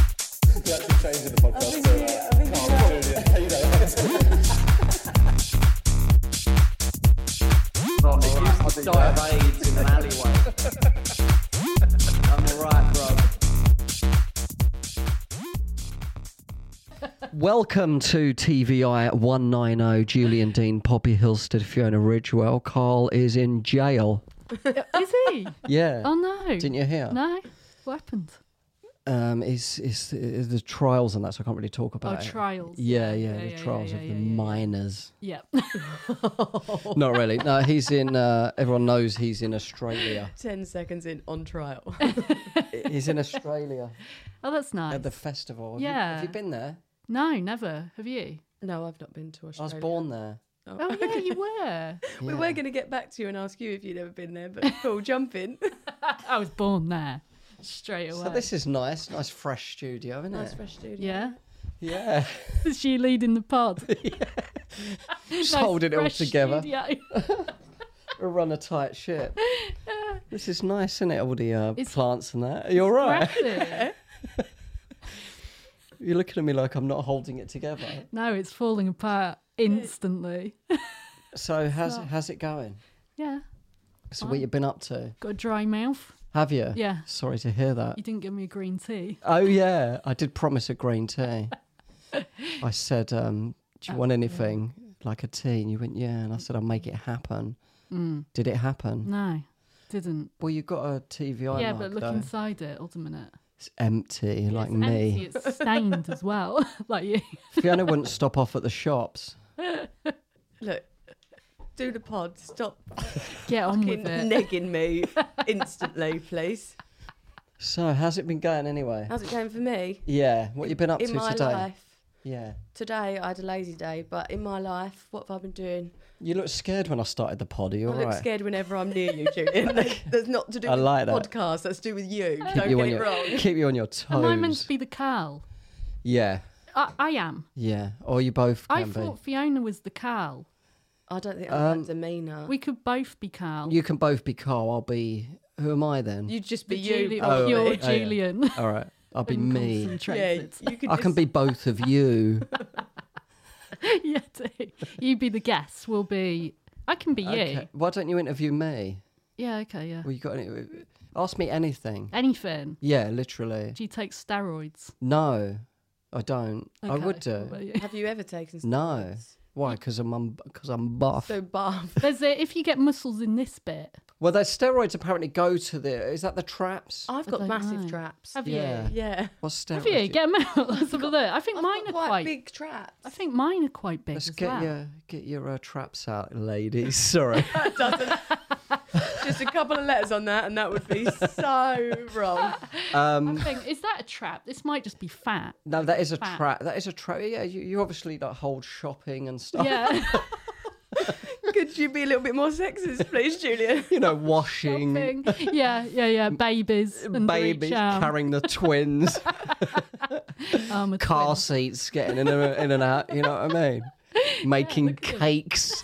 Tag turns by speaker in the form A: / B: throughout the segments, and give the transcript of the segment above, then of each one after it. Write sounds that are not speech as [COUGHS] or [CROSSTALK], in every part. A: be actually changing the podcast.
B: think
A: so,
B: we-
A: uh,
B: I think
A: no,
B: we
A: I'm probably, yeah, you know, it's-
C: Bro, it used to die of AIDS in an alleyway. I'm alright, bro.
D: Welcome to TVI 190, oh, Julian Dean, Poppy Hilstead, Fiona Ridgewell. Carl is in jail.
B: Is
E: [LAUGHS]
B: he?
D: Yeah.
B: Oh no.
D: Didn't you hear?
B: No. What happened?
D: Um, it's, it's, it's the trials and that, so I can't really talk about it.
B: Oh, trials.
D: Oh, Yeah, yeah, the
B: Uh, yeah,
D: trials
B: yeah,
D: of
B: yeah,
D: the
B: yeah, yeah. [LAUGHS]
D: minors.
B: Yeah.
D: Not really. No, he's in, uh, everyone knows he's in
B: [LAUGHS]
D: Australia.
E: 10 seconds in on trial. [LAUGHS]
D: He's in Australia
B: Oh, that's nice.
D: at the festival. Have You,
B: Yeah.
D: have you been there?
B: No, never.
D: [LAUGHS]
B: Have you?
E: no, I've not been to
D: I was
E: Australia.
D: born there.
B: Oh yeah, you were.
E: We
D: Yeah.
E: were going to get back to you and ask you if you'd ever been
D: [LAUGHS]
E: there, but cool, jump in.
B: I was born there. Straight away.
D: So this is nice. Nice fresh studio, isn't
E: nice
D: it?
E: fresh studio.
B: yeah.
D: Yeah.
B: [LAUGHS] Is she leading the pod?
D: Just
B: Nice
D: holding it all
B: fresh
D: together.
B: studio.
D: We run a tight
B: [LAUGHS]
D: ship. this is nice, isn't it? All the uh,
B: It's-
D: plants and that. You're
B: [LAUGHS]
D: right.
B: Cracking.
D: You're looking at me like I'm not holding it
B: [LAUGHS]
D: together.
B: no, it's falling apart instantly.
D: So how's
B: not.
D: how's it going?
B: Yeah.
D: So what you been up to?
B: Got a dry
D: [LAUGHS]
B: mouth.
D: Have you?
B: Yeah.
D: Sorry to hear that.
B: You didn't give me a green tea.
D: Oh yeah, I did promise a green
B: [LAUGHS]
D: tea. I said, um, "Do you want anything like a tea?" And you went, "Yeah." And I said, "I'll make it happen."
B: Mm.
D: Did it happen?
B: No. Didn't.
D: Well, you got a TVI
B: yeah,
D: mug,
B: but look
D: though.
B: inside it, ultimate.
D: It's empty, like me.
B: Empty, it's stained as well, [LAUGHS] like you.
D: Fiona
B: [LAUGHS]
D: wouldn't stop off at the shops.
E: Look, do the pod. Stop
B: Get on
E: fucking
B: with it.
D: [LAUGHS]
E: negging me instantly, please.
D: So how's it been going anyway?
E: How's it going for me?
D: Yeah, what you been up
E: in
D: to
E: my
D: today?
E: life.
D: Yeah,
E: Today I had a lazy day, but in my life, what have I been doing?
D: you looked scared when I started the pod. Are you
E: I look
D: alright?
E: scared whenever I'm near you,
D: [LAUGHS]
E: Julian. Like, That's not to do
D: I
E: with
D: like that.
E: podcast. That's to do with you. Don't
D: you on
E: get it
D: your
E: wrong.
D: keep you on your toes.
B: Am I meant to be the Carl?
D: Yeah,
B: I, I am.
D: yeah. Or you both
B: I
D: can be.
B: thought Fiona was the Carl.
E: I don't think
D: Um,
E: I'm that demeanour.
B: We could both be Carl.
D: You can both be Carl. I'll be. Who am I then?
E: You'd just be
B: The
E: you.
B: Juli-
E: probably.
B: you're
D: Oh, yeah.
B: Julian.
D: All right, I'll
B: [LAUGHS]
D: be me.
B: Unconcentrated.
E: Yeah, you could
D: I can
E: just-
D: be both of
E: [LAUGHS]
D: you.
B: [LAUGHS] Yeah, do. you be the guest. We'll be. I can be you.
D: Okay. Why don't you interview me?
B: Yeah. Okay. Yeah.
D: Well, you got any? Ask me anything.
B: Anything.
D: Yeah, literally.
B: Do you take steroids?
D: No, I don't. I would
B: Okay, what
D: do.
B: about you?
E: Have you ever taken
D: No.
E: steroids?
D: Why? Because I'm um, cause I'm buff. [LAUGHS]
E: So bath.
B: There's a, if you get muscles in this bit,
D: well, those steroids apparently go to the. Is that the traps?
E: I've got
B: don't
E: massive
B: know.
E: traps.
B: have
D: Yeah.
B: you?
E: yeah.
D: What's steroids?
B: Have you? Get them out. [LAUGHS] Let's have a look. I think mine are
E: quite,
B: quite.
E: big traps.
B: [LAUGHS] I think mine are quite big
D: Let's
B: as
D: get
B: well.
D: your get your uh, traps out, ladies. [LAUGHS] Sorry.
E: that doesn't. just a couple of letters on that, and that
B: [LAUGHS]
E: would be so wrong.
D: um,
B: I think is that a trap? This might just
D: [LAUGHS]
B: be fat.
D: no, that is a
B: Fat.
D: trap. That is a trap. Yeah, you, you obviously like hold shopping and stuff.
B: Yeah.
E: Could you be a little bit more sexist, please,
B: [LAUGHS]
E: Julia?
D: [LAUGHS] You know, washing
B: thing. Yeah, yeah,
D: [LAUGHS]
B: yeah. Babies. And
D: babies,
B: Carrying
D: carrying the
B: [LAUGHS]
D: twins,
B: um,
D: car seats, getting in and, in and out. You know what I mean? Making cakes,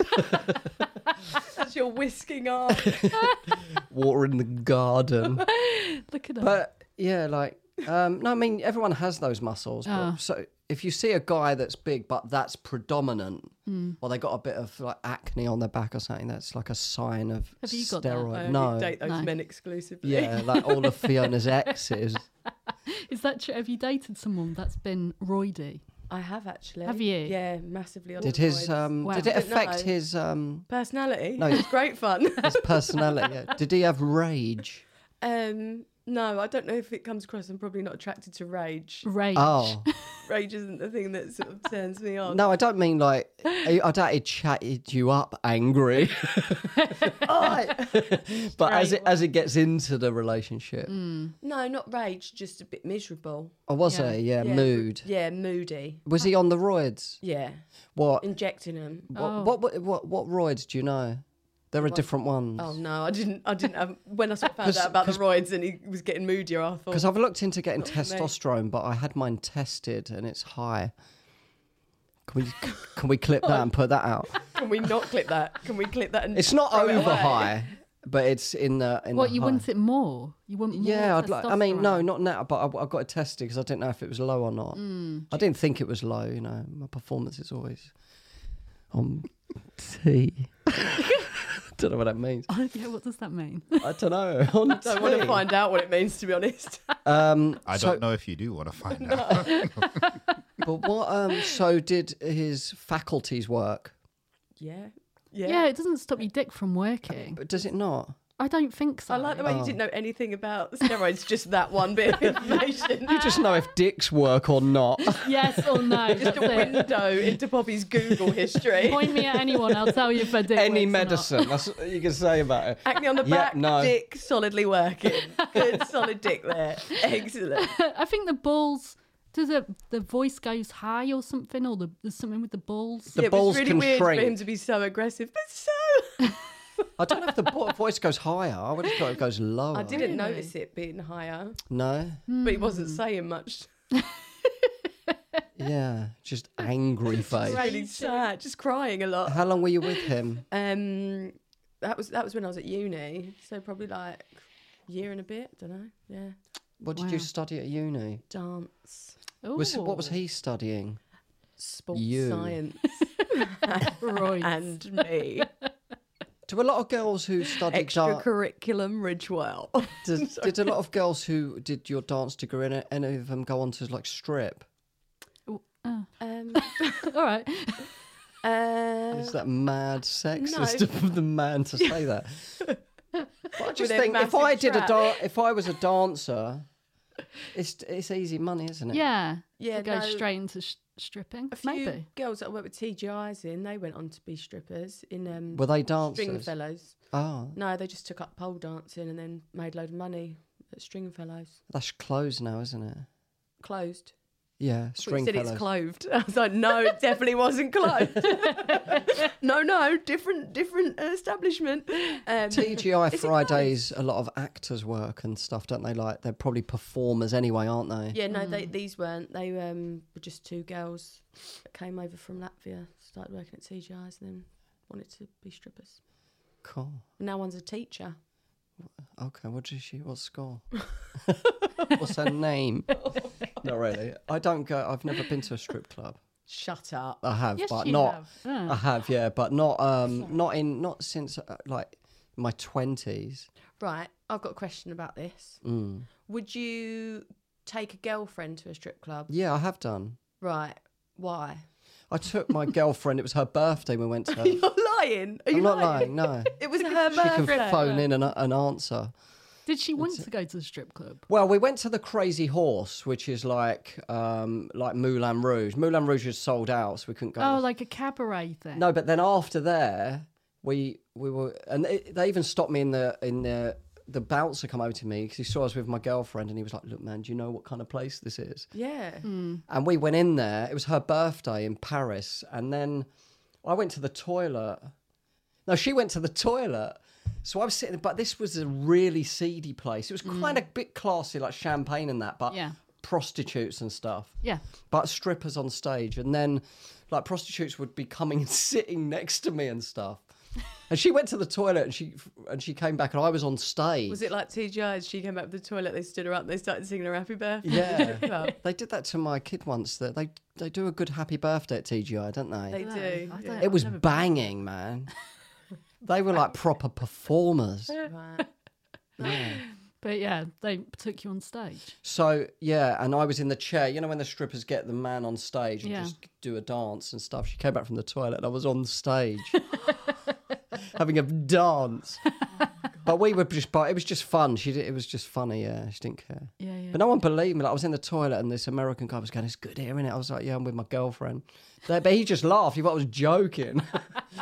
E: That's your whisking [LAUGHS] arm.
D: watering the garden.
B: Look at that.
D: But yeah, like um, no, I mean everyone has those muscles.
B: Ah.
D: But, so if you see a guy that's big but that's predominant,
B: Hmm.
D: or they got a bit of like acne on their back or something, that's like a sign of
B: Have you got that? Oh,
D: steroid.
E: I only
D: no,
E: date those
B: No.
E: men exclusively.
D: yeah, like all of
B: [LAUGHS]
D: Fiona's exes.
B: Is that true? Have you dated someone that's been roidy?
E: I have actually.
B: Have you?
E: Yeah, massively.
D: Did his
E: unemployed.
D: um,
B: Wow.
D: did it
E: Didn't
D: affect
E: know.
D: his
B: [LAUGHS]
D: um,
E: personality?
D: No.
E: No, it's [LAUGHS] great fun.
D: his personality? Yeah. Did he have rage?
E: um, no, I don't know if it comes across. I'm probably not attracted
D: [LAUGHS]
E: to rage.
B: Rage. Oh,
D: Oh
E: Rage isn't the thing that sort of turns me on.
D: no, I don't mean like I I doubt he chatted you up
B: [LAUGHS]
D: angry. [LAUGHS] but as it as it gets into the relationship,
E: No, not rage, just a bit miserable.
D: Oh, was
B: Yeah.
D: he? Yeah,
E: Yeah,
D: mood.
E: Yeah, moody.
D: Was he on the roids?
E: Yeah,
D: What?
E: injecting them.
D: What, what, what, what, what roids do you know? There are different ones. [LAUGHS]
E: Oh no, I didn't. I didn't have. When I sort of found
D: 'Cause-
E: out about the roids and he was getting moodier, I
D: Because
E: thought.
D: I've looked into
E: [LAUGHS]
D: getting testosterone, but I had mine tested and it's high. Can
E: [LAUGHS]
D: we can we clip that and put that out?
E: Can we not clip that? Can we clip that? And
D: It's not
E: throw it
D: over
E: away?
D: high. but it's in the in
B: What
D: the
B: you
D: high.
B: want it more? You want more?
D: Yeah, I'd like. I mean,
B: testosterone?
D: no,
B: [LAUGHS]
D: not now, but I, I got it tested because I didn't know if it was low or not. I didn't think it was low. You know, my performance is always on T. [LAUGHS] don't know what that means.
B: yeah, what does that mean?
D: I don't know. [LAUGHS] On
E: Don't want to
D: T.
E: find out what it means, to be honest. [LAUGHS]
D: Um,
F: I
D: so,
F: don't know if you do want to find out.
D: but what? Um, so did his faculties work?
E: yeah.
B: Yeah.
E: Yeah.
B: it doesn't stop your dick from working.
D: But does it not?
B: I don't think so.
E: I
D: [LAUGHS]
E: like the way
D: Oh.
E: you didn't know anything about steroids, just that one bit of information.
D: You just know if dicks work or not. [LAUGHS]
B: Yes or no?
E: just a
B: that's it.
E: window into Poppy's Google history.
B: [LAUGHS] Point me at anyone. I'll tell you if I do.
D: Any medicine. That's what you can say about it.
E: Acne on the
D: Yeah,
E: back,
D: no.
E: dick solidly working. Good solid dick there. Excellent.
B: [LAUGHS] I think the balls. Does the the voice goes high or something, or the, there's something with the balls?
D: The
E: it
D: balls
E: was really
D: can
E: weird
D: shrink.
E: for him to be so aggressive, but so
D: I don't know if the bo- voice goes higher. I would have thought it goes lower.
E: I didn't
B: Really?
E: notice it being higher,
D: No.
E: but he wasn't
D: Hmm.
E: saying much. [LAUGHS]
D: Yeah. Just angry face.
E: Really sad, just crying a lot.
D: How long were you with him?
E: Um, that was that was when I was at uni, so probably like year and a bit. Don't know. Yeah,
D: What did you
B: Wow.
D: study at uni?
E: dance,
D: Was what was
B: Ooh,
D: he studying?
E: sports
D: You. [LAUGHS]
E: science,
B: Right.
E: and me.
D: Do a lot of girls who studied dance?
E: Extracurriculum Ridgewell.
D: [LAUGHS] Did, did a lot of girls who did your dance degree and any of them go on to like strip?
E: [LAUGHS] Um,
B: [LAUGHS] All right.
E: uh,
D: Is that mad sexist
E: no.
D: [LAUGHS] of the man to say
E: [LAUGHS]
D: that? But I just
E: their
D: think if
E: massive
D: I did a
E: trap.
D: dan if I
E: [LAUGHS]
D: was a dancer, it's it's easy money, isn't it?
B: Yeah.
E: Yeah,
B: It goes
E: no.
B: straight into sh- stripping.
E: a few
B: Maybe.
E: girls that I worked with TGI's in, they went on to be strippers in um,
D: Were they dancers?
E: Stringfellows.
D: Oh,
E: No, they just took up pole dancing and then made a load of money at Stringfellows.
D: that's closed now, isn't it?
E: Closed.
D: Yeah,
E: Well,
D: string
E: you said it's
D: fellas.
E: clothed. [LAUGHS] I was like, no, it definitely wasn't clothed. [LAUGHS] no, no, different, different uh, establishment. Um,
D: TGI
E: Is it
D: Fridays, a lot of actors work and stuff, don't they? Like they're probably performers anyway, aren't they? [LAUGHS]
E: yeah, no, they, these weren't. They um, were just two girls that came over from Latvia, started working at TGI's, and then wanted to be strippers.
D: Cool.
E: And now one's a teacher.
D: Okay, what is she? What
E: [LAUGHS]
D: school? What's her name?
E: Oh,
D: Not really. I don't go. I've never been to a strip club.
E: Shut up.
D: I have,
B: Yes,
D: but
B: you
D: not.
B: have. Yeah.
D: I have, yeah, but not um, not in not since uh, like my twenties.
E: Right, I've got a question about this.
D: Mm.
E: Would you take a girlfriend to a strip club?
D: Yeah, I have done.
E: Right, why?
D: I took my girlfriend. It was her birthday. We went to. Her.
E: [LAUGHS] You're lying. Are you
D: I'm not lying.
E: [LAUGHS]
D: No,
E: It was her
D: she can
E: birthday.
D: phone in an, an answer.
B: Did she want to go to the strip club?
D: Well, we went to the Crazy Horse, which is like um, like Moulin Rouge. Moulin Rouge was sold out, so we couldn't go.
B: Oh, like a cabaret thing.
D: no, but then after there, we we were, and it, they even stopped me in the in the the bouncer come over to me because he saw us with my girlfriend, and he was like, "Look, man, do you know what kind of place this is?"
E: Yeah.
D: And we went in there. It was her birthday in Paris, and then I went to the toilet. No, she went to the toilet. So I was sitting, but this was a really seedy place. It was
E: Mm.
D: kind of a bit classy, like champagne and that, but
B: Yeah.
D: prostitutes and stuff.
B: Yeah.
D: But strippers on stage, and then like prostitutes would be coming [LAUGHS] and sitting next to me and stuff. And she went to the toilet, and she and she came back, and I was on stage.
E: Was it like TGI's? She came out of the toilet, they stood her up, and they started singing her happy [LAUGHS] birthday.
D: Yeah.
E: Well,
D: They did that to my kid once. That they they do a good happy birthday at TGI, don't
E: they do.
B: I
E: Yeah.
B: don't-
D: It was banging, man. they were like proper performers.
E: Right.
B: But yeah, they took you on stage.
D: So yeah, and I was in the chair. You know when the strippers get the man on stage and
B: Yeah.
D: just do a dance and stuff. She came back from the toilet and I was on stage having a dance. but we were just, but it was just fun. She did, it was just funny. Yeah, she didn't care.
B: Yeah, yeah.
D: But no one believed me. Like, I was in the toilet and this American guy was going, "It's good here, isn't it?" I was like, "Yeah, I'm with my girlfriend." But he just laughed. He thought I was joking.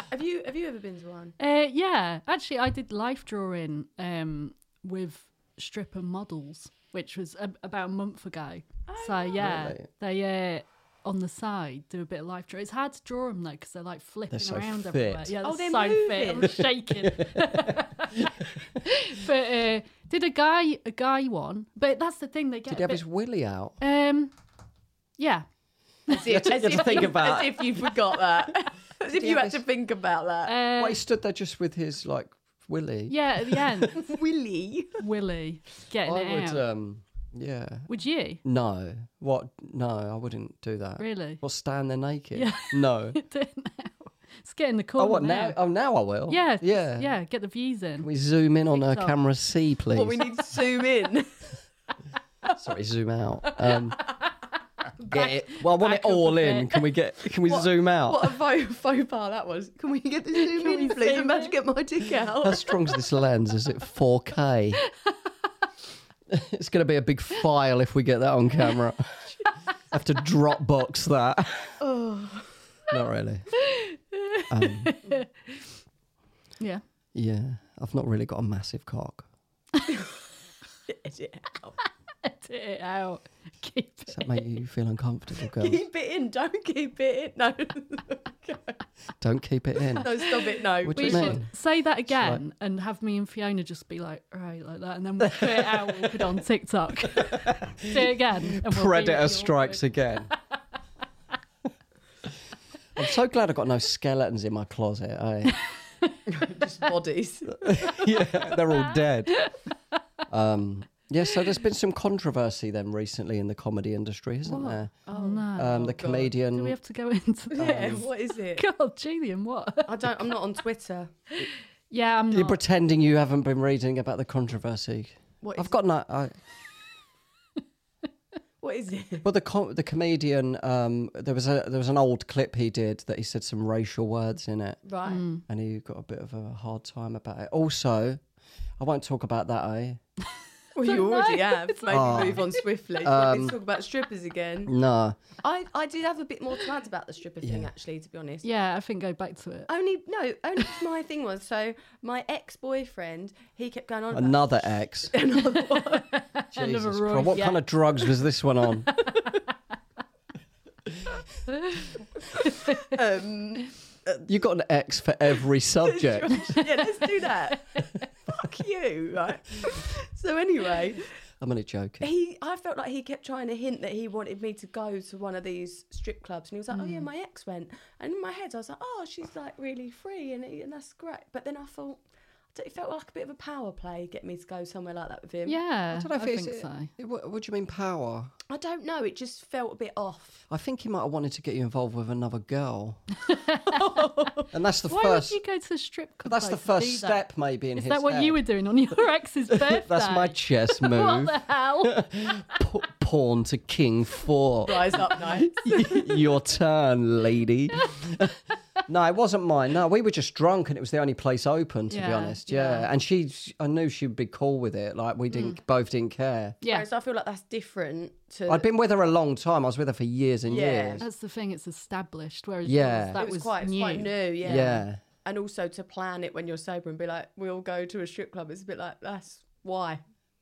E: Have you have you ever been to one?
B: Uh, yeah, actually, I did life drawing um, with stripper models, which was a- about a month ago. so yeah,
D: Really?
B: they uh, on the side do a bit of life drawing. It's hard to draw them though because they're like flipping
D: so
B: around
D: fit.
B: everywhere. Yeah,
E: Oh,
B: they're
E: they're
B: so fit. I'm
E: moving.
B: shaking. [LAUGHS] but uh, did a guy a guy one? But that's the thing they get.
D: [LAUGHS] Did
B: a
D: he have
B: bit-
D: his willy out?
B: [LAUGHS] um, yeah.
E: [LAUGHS] As if, as
D: to
E: if
D: think
E: you,
D: about
E: as [LAUGHS] if you forgot that. as if
D: you
E: you
D: have
E: had to
D: this-
E: think about that.
B: Uh,
D: Well, he stood there just with his like Willie.
B: Yeah, at the end,
E: Um, Willie.
B: Willie getting
D: I
B: it
D: would.
B: out.
D: Um, yeah.
B: would you
D: No. What? No, I wouldn't do that.
B: really?
D: What? Stand there naked?
B: Yeah. [LAUGHS]
D: No.
B: Do it now. It's getting the corner
D: oh, what
B: now.
D: now? Oh, now I will.
B: Yeah,
D: Yeah.
B: yeah. Get the views
D: Can
B: in.
D: we zoom in on uh,
B: TikTok.
D: camera C, please?
E: What we need to
D: [LAUGHS]
E: zoom in.
D: Sorry, zoom
B: [LAUGHS]
D: out. Um, get it. Well, I want it
B: back up a
D: all in.
B: bit.
D: Can we get? Can we zoom out?
E: What a faux, faux pas that was. Can we get the zoom
B: Can
E: in,
B: we
E: please?
B: zoom
E: I'm about to
B: in?
E: get my dick
D: How [LAUGHS]
E: out.
D: strong's this lens? Is it
B: [LAUGHS]
D: 4K? it's going to be a big file if we get that on camera. Have to Dropbox that.
E: Oh.
D: Not really. Um,
B: Yeah.
D: yeah, I've not really got a massive cock.
E: Edit out.
B: Edit it out. [LAUGHS] Keep it.
D: Does that make you feel uncomfortable,
B: [LAUGHS]
D: girls?
E: Keep it in. Don't keep it in. No.
D: Don't keep it in.
E: No, stop it. No.
D: What do
B: We
D: you
B: should
D: mean?
B: say that again and have me and Fiona just be like, right, like that, and then we'll put it out. We'll put it
D: [LAUGHS]
B: on TikTok. Do it again. and we'll be really
D: Predator
B: awkward.
D: strikes
B: [LAUGHS]
D: again. I'm so glad I've got no skeletons in my closet. I, [LAUGHS]
E: Just bodies.
D: Um, yeah, they're all
B: [LAUGHS]
D: dead. Um, yeah, so there's been some controversy then recently in the comedy industry, isn't there?
B: Oh no.
D: Um, the
E: God.
B: Do we
D: comedian.
B: have to go [LAUGHS] into
D: [LAUGHS]
E: Yeah.
B: that?
E: What is it?
B: God, Julian, what?
E: I don't. I'm not on Twitter.
B: Yeah, I'm
D: You're
B: not.
D: pretending you haven't been reading about the controversy.
E: What is
D: I've got no. I,
E: What
D: [LAUGHS]
E: is it?
D: well, the com- the comedian. Um, there was a there was an old clip he did that he said some racial words in it,
E: Right.
D: and he got a bit of a hard time about it. Also, I won't talk about that. eh? I
E: Well, you already have. Maybe
D: Oh.
E: move on swiftly.
D: Um,
E: Let's talk about
D: [LAUGHS]
E: strippers again.
D: nah.
E: I, I did have a bit more to add about the stripper thing,
D: Yeah.
E: actually, to be honest.
B: Yeah, I think go back to it.
D: [LAUGHS]
E: Only no, only [LAUGHS] 'cause my thing was so my ex boyfriend he kept going on about-
D: Another ex.
E: [LAUGHS] another one.
B: [LAUGHS] Another
D: Jesus
B: Roy,
D: Christ. What
B: yeah.
D: kind of drugs was this one
B: [LAUGHS]
D: on?
E: Um,
D: you got an ex for every subject.
E: yeah, let's do that. Fuck you, right? So anyway,
D: I'm only joking.
E: he I felt like he kept trying to hint that he wanted me to go to one of these strip clubs, and he was like, "Oh
B: Mm.
E: yeah, my ex went." And in my head, I was like, "Oh, she's like really free, and and that's great." But then I thought it felt like a bit of a power play get me to go somewhere like that with him.
B: Yeah, I,
D: don't know if it's-
B: think so.
D: it- What, what do you mean power?
E: I don't know. It just felt a bit off.
D: I think he might have wanted to get you involved with another
B: [LAUGHS]
D: girl. and that's the
B: Why
D: first.
B: would you go to a strip club?
D: That's
B: though,
D: the
B: to
D: first
B: do that?
D: step, maybe in
B: Is
D: his.
B: that what
D: head.
B: you were doing on your [LAUGHS] ex's birthday?
D: [LAUGHS] That's my
B: [LAUGHS]
D: chess
B: What
D: move.
B: the
D: [LAUGHS]
B: hell?
D: P- pawn to king
B: [LAUGHS]
D: four.
E: [LAUGHS] Rise up, [LAUGHS] night.
D: Your turn, lady.
B: [LAUGHS]
D: no, it wasn't mine. No, we were just drunk, and it was the only place open, to be
B: Yeah, Mm.
D: honest. Yeah, and she, I knew she'd be cool with it. Like we didn't, both didn't care.
B: yeah,
E: Whereas I feel like that's different to.
D: I'd been with her a long time. I was with her for years and
E: Yeah.
D: years.
B: that's the thing. It's established. Whereas
D: Yeah.
B: yours,
E: it
B: that
E: was, quite
B: new.
E: quite new, yeah.
D: yeah.
E: And also to plan it when you're sober and be like, we'll go to a strip club. It's a bit like that's why.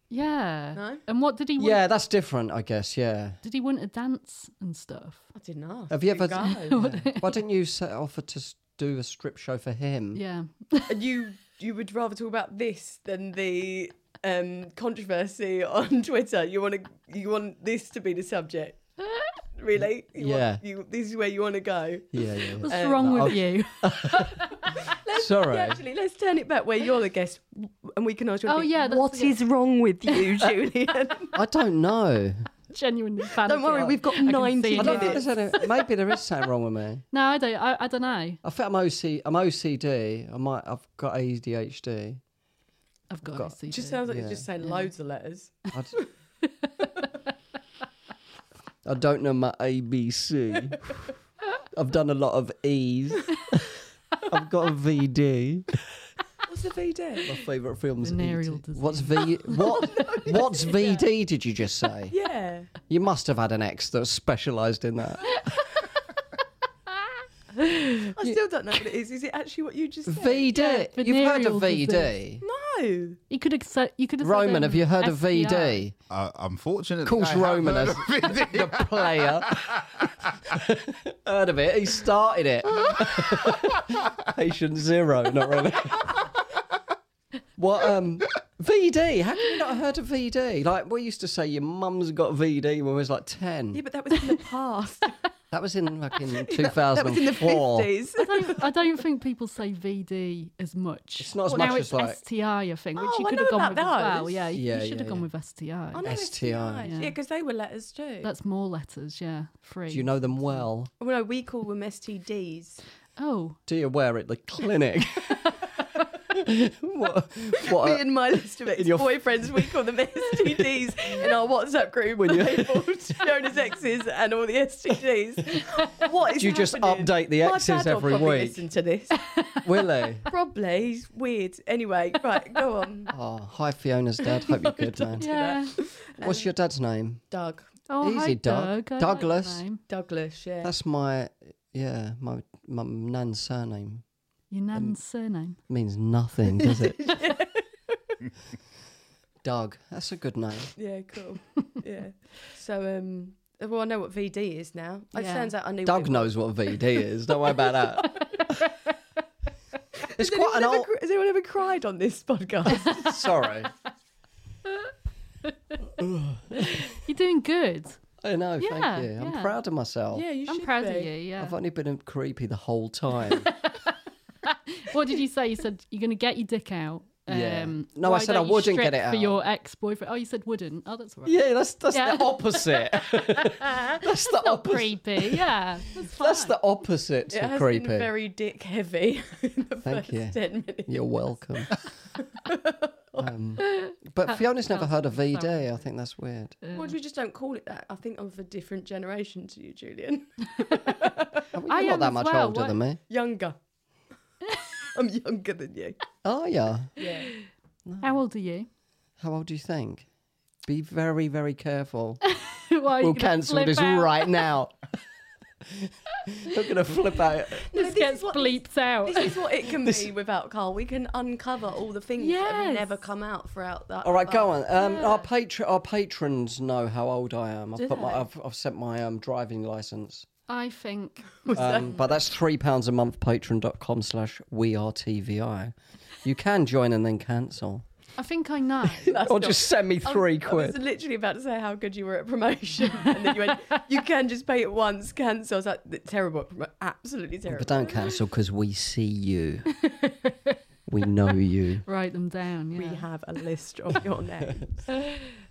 B: Yeah.
E: No?
B: And what did he? Want?
D: Yeah, that's different, I guess. Yeah.
B: Did he want a dance and stuff?
E: I didn't ask.
D: Have you ever?
E: Go.
D: [LAUGHS] Yeah. Why didn't you set offer to s- do a strip show for him?
B: Yeah.
E: and you you would rather talk about this than the um, controversy [LAUGHS] on Twitter. You want to you want this to be the subject. Really? You want-
D: Yeah.
E: you, this is where you want to go.
D: yeah, yeah. yeah.
B: [LAUGHS] What's
E: Uh,
B: wrong with
D: I'll-
B: you?
D: Sorry.
E: Yeah, actually, let's turn it back where you're the guest, and we can ask. you
B: Oh, yeah, that's
E: what
B: the-
E: is wrong with you, [LAUGHS] Julian?
D: I don't know.
B: Genuinely fancy.
E: Don't worry, we've got 90
D: I don't
E: minutes.
D: think there's any, maybe there is something wrong with me.
B: No, I don't. I, I don't know.
D: I think I'm OC. I'm OCD. I might. I've got ADHD.
B: I've got,
D: Got-
B: a CD.
E: It just um, sounds like
D: Yeah.
E: you're just saying loads of letters.
D: I, d- [LAUGHS] I don't know my ABC. I've done a lot of E's. I've got a VD.
E: What's the VD?
D: My favourite film's
B: Venereal
D: ET. What's V? What? what's VD? Did you just say?
E: yeah.
D: You must have had an ex that specialised in that.
E: I still don't know what it is. Is it actually what you just said?
D: VD. You've heard of
B: venereal
D: VD.
B: disease.
E: No.
B: You could have said. You could have. said,
D: Roman,
B: um,
D: have you heard of
B: STI?
D: VD?
F: Uh, unfortunately,
D: Of course,
F: I have
D: Roman
F: heard
D: has
F: of [LAUGHS] it.
D: the player. [LAUGHS] heard of it? He started it. Patient zero, not really. what? Um, VD. How can you not have heard of VD? Like we used to say, your mum's got VD when we was like ten.
E: Yeah, but that was in the past.
D: That was in fucking
E: That was in the
D: 2004.
E: fifties.
B: I don't, I don't [LAUGHS] think people say VD as much.
D: It's not as
B: Well,
D: much
B: now
D: as
B: it's
D: like-
B: STI, I think, which
E: Oh,
B: you
E: I
B: could
E: know
B: have gone
E: about
B: with as well.
E: those.
B: Yeah, you,
D: Yeah,
B: you should have
D: yeah,
B: gone
D: yeah.
B: with STI.
E: I know
D: STI.
E: STI.
B: Yeah.
E: Yeah, because they were letters too.
B: That's more letters. Yeah, free.
D: Do you know them well?
E: well, no, we call them STDs.
B: Oh,
D: Do you wear it the
E: [LAUGHS]
D: clinic? [LAUGHS] what? what
E: Me
D: a-
E: and my list of
D: uh, [LAUGHS] your-
E: ex-boyfriends, we call
D: [LAUGHS]
E: them STDs in our WhatsApp group.
D: When you-
E: labelled
D: [LAUGHS]
E: known as exes and all the STDs. What is
D: do you just
E: happening?
D: update the
E: My
D: exes
E: dad will
D: every
E: probably
D: week?
E: Listen to this.
D: [LAUGHS] Will
E: [LAUGHS]
D: they?
E: Probably. He's weird. Anyway, right, go on.
D: Oh, hi Fiona's dad. Hope you're
E: [LAUGHS]
D: good, man.
B: yeah.
D: [LAUGHS] What's your dad's name?
E: Um, Doug.
B: Oh, hi,
D: Easy, Doug.
B: Doug. I like the
D: Douglas.
B: name.
E: Douglas, yeah.
D: That's my yeah, my my nan's surname.
B: Your nan's surname.
D: Means nothing, does
E: [LAUGHS]
D: it? Doug. That's a good name.
E: yeah, cool.
D: [LAUGHS]
E: yeah. So, um, well, I know what VD is now. It
B: Yeah.
E: turns out I knew. what
D: Doug
E: it was.
D: knows what VD is. Don't worry about that.
E: [LAUGHS]
D: it's
E: Has
D: quite an
E: anyone ever
D: old.
E: cr- Has anyone ever cried on this [LAUGHS] podcast?
D: Sorry.
B: You're doing good.
D: I know.
B: Yeah,
D: thank you. I'm
B: yeah.
D: proud of myself.
E: yeah, you
B: I'm
E: should
B: proud
E: be.
B: of you. Yeah.
D: I've only been creepy the
B: [LAUGHS]
D: whole time.
B: What did you say? You said you're going to get your dick out.
D: [LAUGHS] Yeah.
B: Um,
D: No, I
B: why
D: said I
B: don't you
D: wouldn't get
B: strip
D: it
B: for
D: out.
B: your ex-boyfriend. Oh, you said wouldn't. Oh, that's all
D: [LAUGHS]
B: right.
D: yeah, that's that's
B: Yeah.
D: the
B: [LAUGHS]
D: opposite. that's the
B: Not
D: opposite.
B: creepy.
D: [LAUGHS]
B: Yeah, that's fine.
D: That's the opposite
E: It
D: to
E: has
D: creepy.
E: been very dick heavy [LAUGHS] in the
D: Thank
E: first
D: you.
E: ten minutes.
D: You're
B: [LAUGHS]
D: welcome. um, but Fiona's never heard of VD. I think that's weird.
B: Uh,
E: Well, we just don't call it that. I think I'm of a different generation to you, Julian. [LAUGHS]
D: I mean,
B: I
D: you're not
B: am
D: that
B: as
D: much
B: well,
D: older
B: what-
D: than me.
E: [LAUGHS] Younger. I'm younger than you.
D: Oh yeah.
E: [LAUGHS] Yeah.
B: How old are you? [LAUGHS]
D: How old do you think? Be very, very careful.
B: Why [LAUGHS] are you
D: We'll
B: gonna
D: cancel
B: flip
D: this
B: out?
D: right
B: [LAUGHS]
D: now. [LAUGHS] We're gonna flip out. [LAUGHS]
E: No,
B: This gets
E: what,
B: bleeped out.
E: [LAUGHS] This is what it can be without Carl. We can uncover all the things that have
B: Yes.
E: never come out throughout that.
D: All right, go
E: that-
D: on. Um, Our patron, our patrons know how old I am. I've,
E: Do
D: put my,
E: they?
D: I've, I've sent my um, driving
E: [LAUGHS]
D: license.
B: I think
D: Um, but that's three pounds a month. Patron.com slash we are TVI. You can join and then cancel,
B: I think
D: [LAUGHS]
B: I know.
E: [LAUGHS] That's
D: or
E: not-
D: just send me
E: I was-
D: three
E: I was
D: quid.
E: literally about to say how good you were at [LAUGHS] promotion, and then you went, "You can just pay it once, cancel." I was like, "Th- "Terrible, at promo- absolutely terrible."
D: But don't
E: [LAUGHS]
D: cancel because we see you. we know you.
B: Write them down.
E: We
B: Yeah.
E: have a list of
D: [LAUGHS]
E: your names.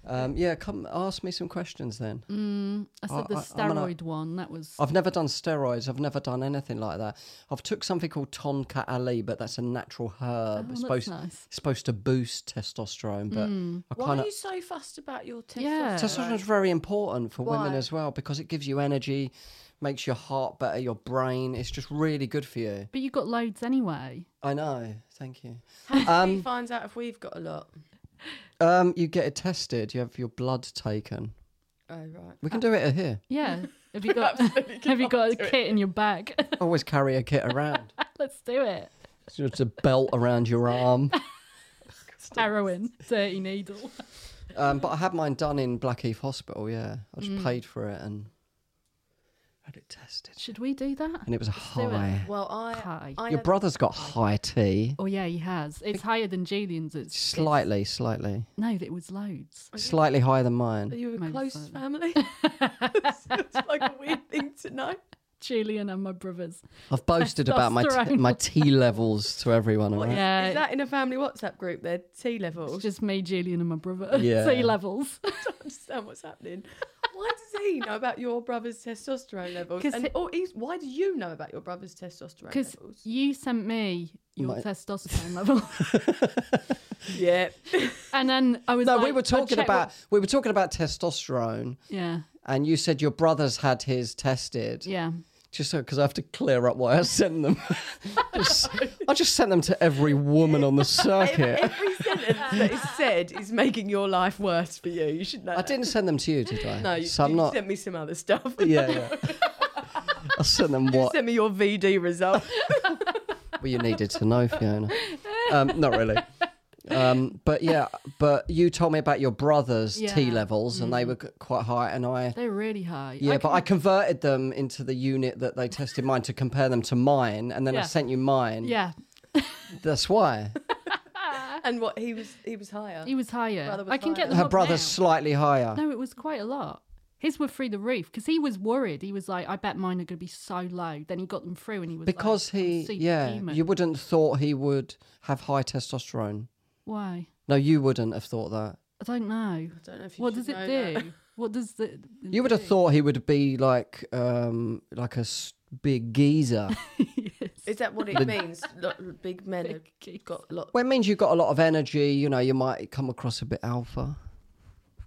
D: Um, yeah, come ask me some questions then.
B: Mm, I said the
D: I- I'm gonna- Oh,
B: steroid one. That was.
D: I've never done steroids. I've never done anything like that. I've took something called tonka ali, but that's a natural herb.
B: Oh,
D: it's
B: that's
D: supposed
B: nice.
D: it's supposed to boost testosterone, but I
E: Why
D: kind
E: are
D: of
E: you so fussed about your testosterone?
B: Yeah.
D: testosterone is very important for women
E: Why?
D: as well because it gives you energy, makes your heart better, your brain. It's just really good for you.
B: But you got loads anyway.
D: I know. Thank you.
E: How do he finds out if we've got a lot?
D: Um, you get it tested. You have your blood taken.
E: Oh right.
D: We can do it here. [LAUGHS]
B: Yeah. Have you got [LAUGHS] Have you got a kit in your bag? [LAUGHS]
D: Always carry a kit around.
B: Let's do it.
D: It's just a belt around your arm.
B: Heroin, dirty needle. [LAUGHS]
D: Um, but I had mine done in Blackheath Hospital. Yeah, I just paid for it and had it tested,
B: Should we do that?
D: and it was a
B: do it.
D: high.
E: Well, I.
B: Hi.
E: I
D: Your
E: [LAUGHS] had-
D: brother's got high T,
B: Oh yeah, he has. It's higher than Julian's. It's it's-
D: slightly, slightly,
B: No, it was loads.
D: slightly higher than
E: Are
D: mine.
E: you a
B: Maybe
E: close
B: so.
D: [LAUGHS]
E: family? It's like a weird thing to know.
B: Julian and my brothers.
D: I've boasted about my t-
B: Testosterone.
D: my T levels to everyone. all
E: What is-
D: right?
B: Yeah.
E: Is that in a family WhatsApp group? Their T
D: [LAUGHS]
E: level.
B: It's just me, Julian, and my brother. [LAUGHS]
D: Yeah. [LAUGHS]
B: Sea levels.
E: understand what's happening. Why does he know about your brother's testosterone levels?
B: 'Cause
E: And
B: he-
E: or he's, why do you know about your brother's testosterone
B: Because
E: levels?
B: you sent me your
D: My- [LAUGHS]
B: testosterone level,
E: [LAUGHS] Yeah.
B: and then I was.
D: No,
B: like,
D: we were
B: I'll
D: talking
B: check
D: about
B: what-
D: we were talking about testosterone,
B: Yeah,
D: and you said your brother's had his tested.
B: yeah.
D: Just so because I have to clear up why I sent
B: [LAUGHS]
D: them. [LAUGHS] Just- I just sent them to every woman
B: [LAUGHS]
D: on the circuit.
E: Every sentence that is said is making your life worse for you. You should know.
D: I
E: that.
D: didn't send them to you, did I?
E: No, you,
D: so I'm
E: you
D: not.
E: sent me some other stuff.
D: Yeah, yeah. I sent
B: [LAUGHS]
D: them
E: You
D: what
E: sent me your VD [LAUGHS] result.
D: well, you needed to know,
B: [LAUGHS]
D: Fiona. Um, not really. Um, but yeah, but you told me about your brother's T
B: Yeah.
D: levels, and they were c- quite high, and I.
B: They're really high.
D: Yeah,
B: I
D: but I converted them into the unit that they tested mine to compare them to mine, and then I
B: Yeah.
D: sent you mine.
B: Yeah,
D: That's
B: [LAUGHS]
D: why.
E: and what he was, he was higher.
B: he was higher.
E: Brother was
B: I can
E: higher.
B: get them
D: Her
B: up
D: brother's
B: now.
D: slightly higher.
B: No, it was quite a lot. His were through the roof because he was worried. He was like, I bet mine are going to be so low. Then he got them through and he was like,
D: because
B: "I'm
D: he, yeah,
B: superhuman."
D: you wouldn't thought he would have high testosterone.
B: Why?
D: No, you wouldn't have thought that.
B: I don't know.
E: I don't know if you
B: What
E: should
B: does it
E: know
B: do?
E: that.
B: [LAUGHS] What does
E: [LAUGHS]
B: the.
D: You would have thought he would be like, um, like a s- big geezer.
B: [LAUGHS]
E: Is that what it means? Lo- big men
B: geese.
E: have got a lot,
D: well, it means you've got a lot of energy. You know, you might come across a bit alpha.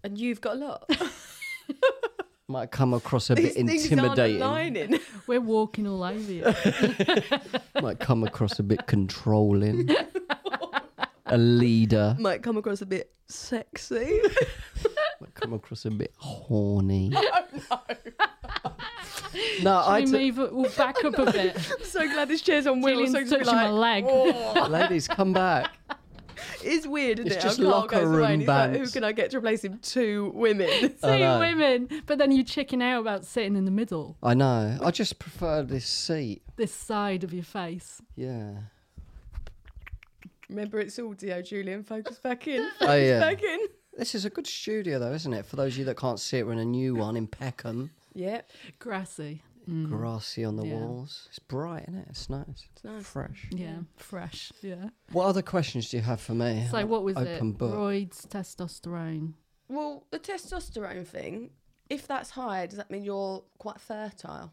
E: and you've got a lot.
D: Might come across a
E: [LAUGHS]
D: bit
E: These things aren't
D: intimidating.
E: aligning. [LAUGHS]
B: We're walking all
D: [LAUGHS]
B: over you.
D: Might come across a bit
E: [LAUGHS]
D: controlling. a leader.
E: Might come across a bit sexy. [LAUGHS]
D: Might come across a bit horny. no, I
B: we
D: d-
B: move it- we'll back
E: [LAUGHS]
B: up a bit.
E: I'm so glad this chair's on wheels.
B: Julian's
E: So it's like,
B: touching my leg. [LAUGHS]
E: "Whoa."
D: ladies come back.
E: It's weird, isn't
D: It's
E: it?
D: just
E: Our car
D: locker
E: goes away
D: room
E: and he's like, Who
D: bands.
E: can I get to replace him? Two
D: [LAUGHS]
E: women. [LAUGHS]
B: Two women, but then you chicken out about sitting in the middle,
D: I know. I just prefer this seat.
B: this side of your face.
D: Yeah.
E: Remember, it's audio, Julian. Focus back in. [LAUGHS] Focus
D: Oh yeah.
E: back in.
D: This is a good studio though, isn't it? For those of you that can't see it, we're in a new one in Peckham.
E: Yep.
B: Grassy.
E: Mm.
D: Grassy on the
B: Yeah.
D: walls. It's bright, isn't it? It's nice. It's
E: nice.
D: Fresh.
B: Yeah. Fresh. Yeah.
D: What other questions do you have for me?
B: So what was
D: Open
B: it?
D: book.
B: Roids, testosterone.
E: Well, the testosterone thing, if that's high, does that mean you're quite fertile?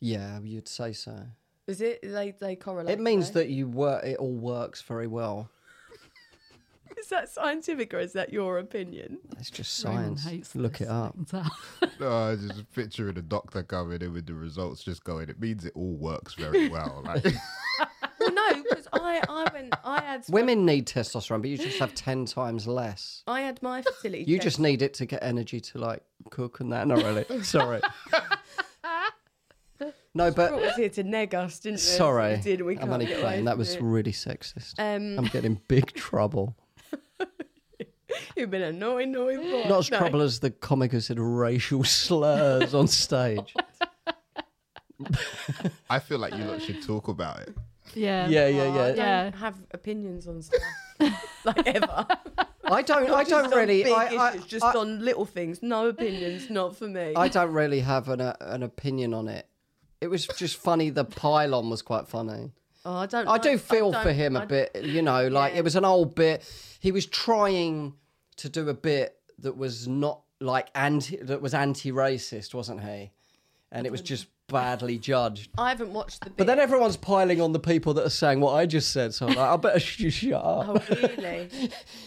D: Yeah, you'd say so.
E: Is it? They, they correlate.
D: it means that you work. It all works very well.
E: that. Is that scientific or is that your opinion?
D: It's just
B: Raymond
D: science.
B: hates
D: Look
B: this,
D: it up.
B: I can tell.
F: No, I was just picturing the doctor coming in with the results just going, it means it all works very well. Like,
E: Well, no, because I, I went, I had,
D: Women need testosterone, but you just have
E: [LAUGHS]
D: ten times less.
E: I had my fertility.
D: You
E: check.
D: just need it to get energy to like cook and that. Not
E: [LAUGHS]
D: really. Sorry. no,
E: brought
D: but
E: us here to neg us, didn't we?
D: sorry.
E: We did. We
D: I'm
E: can't
D: only
E: get away
D: playing. That
E: from
D: was
E: it.
D: really sexist. I'm
E: Um,
D: getting in
E: [LAUGHS]
D: big trouble.
E: you've been a naughty, naughty boy.
D: Not as
E: No.
D: trouble as the comic who said racial slurs
E: [LAUGHS]
D: on stage.
F: I feel like you lot should talk about it.
B: Yeah.
D: Yeah, yeah,
E: I
D: yeah.
E: don't
B: Yeah.
E: have opinions on [LAUGHS] stuff like ever.
D: I don't. I don't
E: Just on
D: really.
E: big
D: I, I,
E: issues, just
D: I,
E: on little things. No opinions, not for me.
D: I don't really have an, uh, an opinion on it. It was just funny. The pylon was quite funny.
E: oh, I don't.
D: I
E: like-
D: do feel for
E: don't-
D: him a
E: I-
D: bit, you know, like it was an old bit. He was trying to do a bit that was not like anti, that was anti-racist, wasn't he? And it was just badly
E: [LAUGHS]
D: judged.
E: I haven't watched the. Bit.
D: But then everyone's piling on the people that are saying what I just said. So I'm like, I better sh- shut up.
E: Oh really?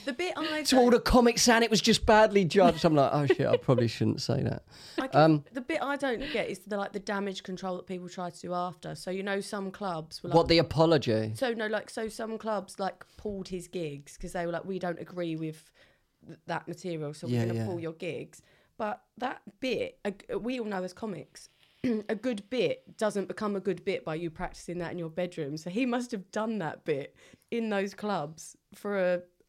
E: The bit
D: [LAUGHS]
E: I
D: To all the comics and it was just badly judged. I'm like, oh shit, I probably shouldn't say that.
E: I can-
D: Um,
E: the bit I don't get is the like the damage control that people try to do after. So you know, some clubs will.
D: What the apology?
E: So no, like so, some clubs like pulled his gigs because they were like, we don't agree with th- that material, so
D: Yeah,
E: we're gonna
D: yeah.
E: pull your gigs. But that bit, a g- we all know as comics, [CLEARS THROAT] a good bit doesn't become a good bit by you practicing that in your bedroom. So he must have done that bit in those clubs for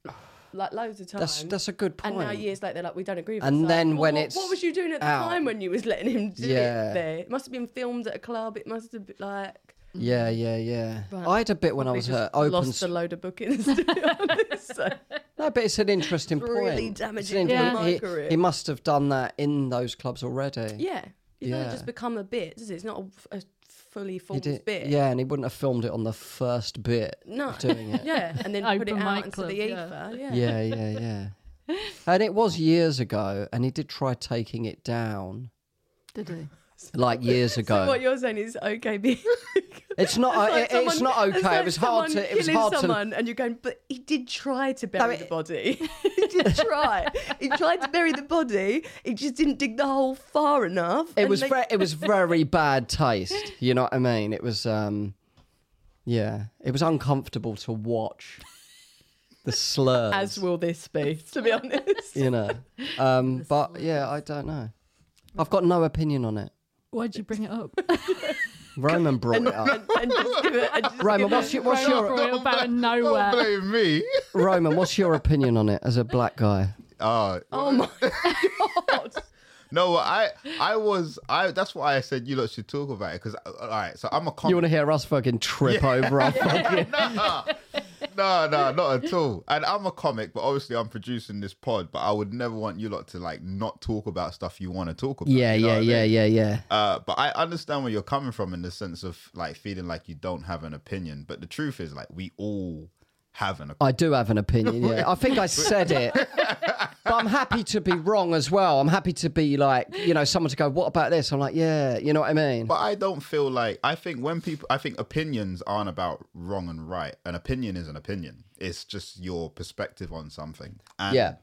E: a like loads of time.
D: That's that's a good point.
E: and now years later, they're like, we don't agree. with
D: And
E: this." Like,
D: then
E: well,
D: when
E: what,
D: it's
E: what was you doing at the
D: out-
E: time when you was letting him do
D: Yeah.
E: it? There, it must have been filmed at a club. It must have been like.
D: Yeah, yeah, yeah.
E: But
D: I had a bit when I
E: We
D: was
E: just
D: at open.
E: lost a load of bookings. To
D: [LAUGHS]
E: be honest. So-
D: No, but it's an interesting point.
E: really
D: It's an
E: damaging
D: inter-
B: to
E: my
D: he-
E: career.
D: He, must have done that in those clubs already.
E: yeah, it doesn't
D: Yeah.
E: just become a bit, does it? It's not a, a fully
D: He
E: formed
D: did-
E: bit.
D: yeah, and he wouldn't have filmed it on the first bit
E: no,
D: of doing it.
E: [LAUGHS] yeah, and then put it
B: Open mic
E: out into
B: club,
E: the
B: yeah.
E: ether. Yeah.
D: yeah, yeah, yeah. And it was years ago, and he did try taking it down
B: Did he?
D: like years ago.
E: [LAUGHS] So what you're saying is okay, be
D: [LAUGHS] it's not. uh,
E: It's
D: it-
E: like
D: it's
E: someone-
D: not
E: it's
D: okay.
E: like
D: it was hard
E: someone
D: to. It was
E: killing
D: hard to.
E: someone and you're going, but he did try to bury the
D: it-
E: body. [LAUGHS] he did try. he tried to bury the body. He just didn't dig the hole far enough.
D: It
E: and
D: was.
E: they-
D: Ve- it was very bad taste. You know what I mean? It was. um Yeah, it was uncomfortable to watch. The slurs.
E: as will this be, to [LAUGHS] be honest.
D: you know. Um, but yeah, I don't know. I've got no opinion on it.
B: Why'd you bring it
E: [LAUGHS]
B: up?
D: Roman brought it up.
E: and, [LAUGHS] and just give it. And just
D: Roman,
E: give it-
D: what's your what's
B: Brought
D: your
B: it up out of
F: Don't
B: nowhere.
F: blame me.
D: Roman? What's your opinion on it as a black guy?
F: Oh,
E: Oh my
F: [LAUGHS]
E: god!
F: no, I I was I. That's why I said you lot should talk about it because all uh, right. So I'm a
D: You want
F: comic.
E: [LAUGHS]
D: to hear us fucking trip over our fucking?
F: Nah. no, no, not at all. And I'm a comic, but obviously I'm producing this pod. But I would never want you lot to like not talk about stuff you want to talk about.
D: Yeah,
F: you know
D: yeah,
F: what I mean?
D: yeah, yeah, yeah.
F: Uh, but I understand where you're coming from in the sense of like feeling like you don't have an opinion. But the truth is, like, we all have an opinion.
D: I do have an opinion. Yeah, I think I said it, but I'm happy to be wrong as well. I'm happy to be like, you know, someone to go, "What about this?" I'm like, "Yeah," you know what I mean?
F: But I don't feel like I think when people I think opinions aren't about wrong and right. An opinion is an opinion. It's just your perspective on something. And
D: Yeah.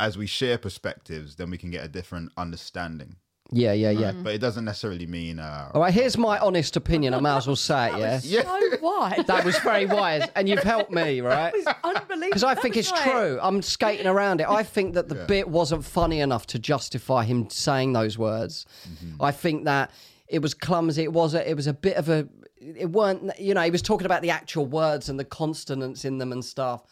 F: as we share perspectives, then we can get a different understanding.
D: Yeah, yeah, yeah.
F: But it doesn't necessarily mean uh
D: All right, here's my honest opinion. I might as well say it.
E: [LAUGHS]
D: Yeah,
F: Yeah.
E: So why? [LAUGHS]
D: that was very wise, and you've helped me, right?
E: Unbelievable.
D: Because I think it's true. I'm skating around it. I think that the bit wasn't funny enough to justify him saying those words. I think that it was clumsy. It was a, it was a bit of a it weren't you know he was talking about the actual words and the consonants in them and stuff.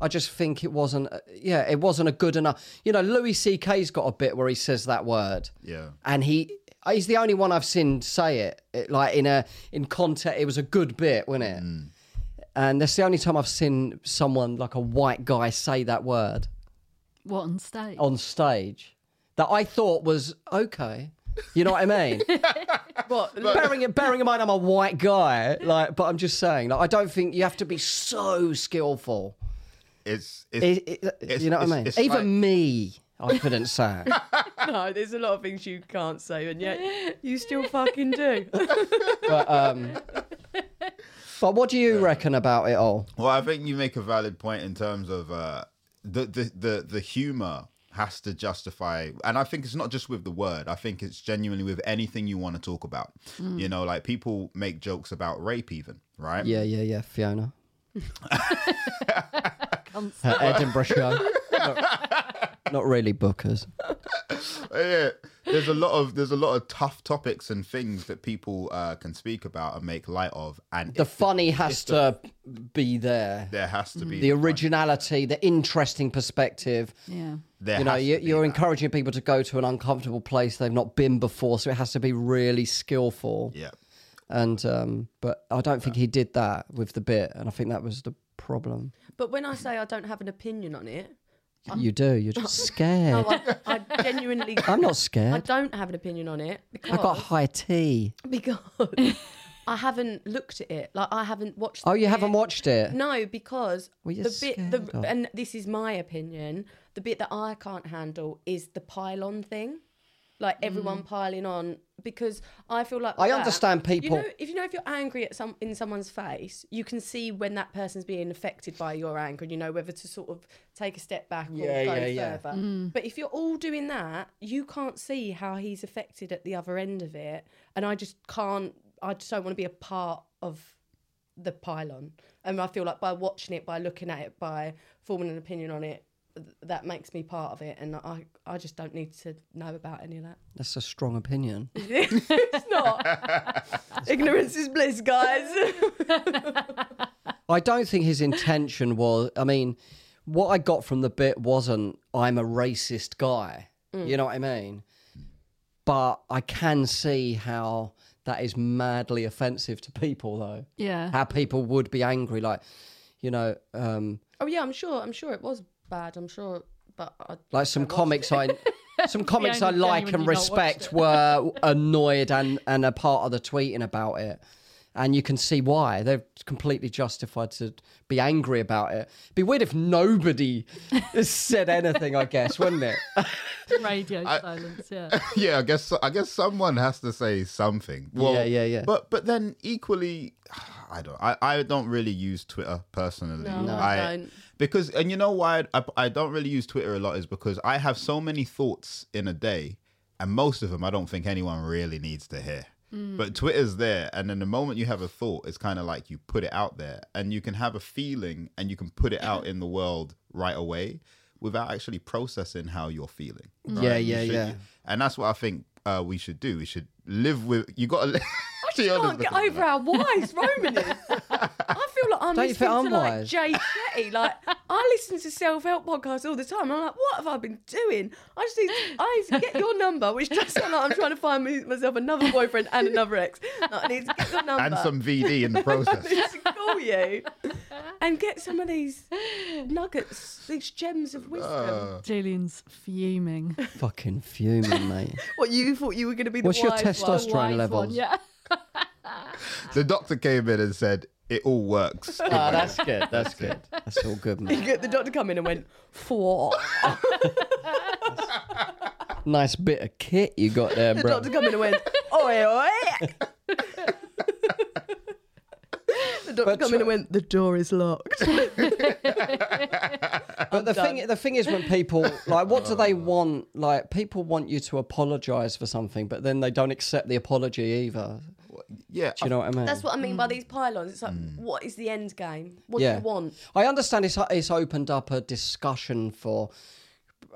D: I just think it wasn't uh, yeah it wasn't a good enough. You know Louis C.K.'s got a bit where he says that word
F: Yeah.
D: and he he's the only one I've seen say it, it- like in a in context. It was a good bit, wasn't it? And that's the only time I've seen someone like a white guy say that word
B: What on stage?
D: on stage that I thought was okay. You know what I mean?
E: What?
D: bearing, in- bearing in mind I'm a white guy, like, but I'm just saying, like, I don't think you have to be so skillful.
F: It's it's
D: It- it- you know what I
F: it's-
D: mean?
F: it's
D: Even
F: like-
D: me, I couldn't say.
F: [LAUGHS]
D: it.
E: No, there's a lot of things you can't say, and yet you still [LAUGHS] fucking do.
D: But um, but what do you reckon about it all?
F: Well, I think you make a valid point in terms of uh, the, the the the humor has to justify, and I think it's not just with the word. I think it's genuinely with anything you want to talk about. You know, like people make jokes about rape, even right?
D: Mm. Yeah, yeah, yeah, Fiona.
B: Can't say.
F: [LAUGHS]
D: Her Edinburgh show. Not, not really bookers.
F: yeah. There's a lot of there's a lot of tough topics and things that people uh, can speak about and make light of, and
D: The
F: if
D: funny has to be there.
F: there has to be
D: The originality, the interesting perspective.
B: Yeah.
F: There
D: You know,
F: has to
D: you,
F: be
D: you're
F: that.
D: encouraging people to go to an uncomfortable place they've not been before, so it has to be really skillful.
F: yeah.
D: And um, but I don't think he did that with the bit, and I think that was the problem.
E: But when I say I don't have an opinion on it,
D: You do. You're just scared.
E: no, I, [LAUGHS] I genuinely,
D: I'm not
E: I [LAUGHS]
D: scared.
E: don't have an opinion on it
D: I got
E: because
D: high tea.
E: [LAUGHS] because I haven't looked at it. Like I haven't watched.
D: Oh,
E: the
D: you haven't
E: bit.
D: watched it?
E: No, because
D: Well, you're
E: the bit, the,
D: scared of-
E: and this is my opinion. The bit that I can't handle is the pylon thing, like everyone piling on because I feel like
D: Mm. I
E: with that-
D: understand people-
E: You know, if you know if you're angry at some in someone's face, you can see when that person's being affected by your anger, and you know whether to sort of take a step back
D: Yeah,
E: or go
D: yeah, yeah.
E: further. But if you're all doing that, you can't see how he's affected at the other end of it, and I just can't. I just don't want to be a part of the pylon. And I feel like by watching it, by looking at it, by forming an opinion on it, th- that makes me part of it. And I, I just don't need to know about any of that.
D: That's a strong opinion.
E: It's not.
D: [LAUGHS]
E: Ignorance is bliss, guys.
D: I don't think his intention was. I mean, what I got from the bit wasn't "I'm a racist guy." You know what I mean? But I can see how that is madly offensive to people, though.
B: Yeah.
D: How people would be angry, like you know, um,
E: oh yeah, I'm sure. I'm sure it was bad. I'm sure, but I,
D: like some comics I.
B: [LAUGHS]
D: Some comics I
B: only
D: like
B: genuine
D: and
B: you not watched
D: respect
B: [LAUGHS]
D: were annoyed and, and a part of the tweeting about it. And you can see why. They're completely justified to be angry about it. It'd be weird if nobody said anything, I guess, wouldn't
B: [LAUGHS]
D: it?
B: Radio silence. Yeah.
E: [LAUGHS]
F: [LAUGHS] yeah, I guess I guess someone has to say something. Well,
D: Yeah, yeah, yeah.
F: But but then equally, [SIGHS] I don't. I, I don't really use Twitter personally.
E: No, No.
F: I,
E: I don't.
F: Because and you know why I, I don't really use Twitter a lot is because I have so many thoughts in a day, and most of them I don't think anyone really needs to hear.
E: Hmm.
F: But Twitter's there, and then the moment you have a thought, it's kind of like you put it out there, and you can have a feeling, and you can put it out in the world right away, without actually processing how you're feeling. right?
D: Yeah,
F: You
D: yeah,
F: should-
D: yeah.
F: and that's what I think uh, we should do. We should live with. You got
B: [LAUGHS]
F: [LAUGHS] to. I
E: can't get over how wise
D: [LAUGHS]
E: Roman is. I feel like I'm
D: Don't you
E: listening
D: think I'm
E: to like
D: wise?
E: Jay Shetty. Like I listen to self-help podcasts all the time. I'm like, what have I been doing? I just need to, I need to get your number, which does sound like I'm trying to find me, myself another boyfriend and another ex. Like, [LAUGHS] I need to get your
B: [LAUGHS]
E: number
F: And some VD in the process.
E: to call you. and get some of these nuggets, these gems of wisdom.
B: Uh. Julian's fuming.
D: Fucking fuming, mate.
E: What you thought you were going to be the
D: What's your
E: wise
D: testosterone
B: Wise one,
D: levels?
B: Yeah.
F: The doctor came in and said, it all
B: [LAUGHS]
F: works.
B: Uh,
D: Ah, that's good. That's good. That's all good, mate.
E: one. [LAUGHS] The doctor come in and went four.
D: Nice bit of kit you got
B: [LAUGHS]
D: there,
E: The
D: bro.
E: doctor come in and went [LAUGHS] oi oi. the doctor come in and went the door
D: [LAUGHS]
E: is locked. [LAUGHS]
D: But the
E: done.
D: thing, the thing is, when people like, what do they want? Like, people want you to apologise for something, but then they don't accept the apology either.
F: yeah.
D: Do you know what I mean?
E: That's what I mean by these pylons. It's like, what is the end game? What do
D: yeah.
E: you want?
D: I understand it's it's opened up a discussion for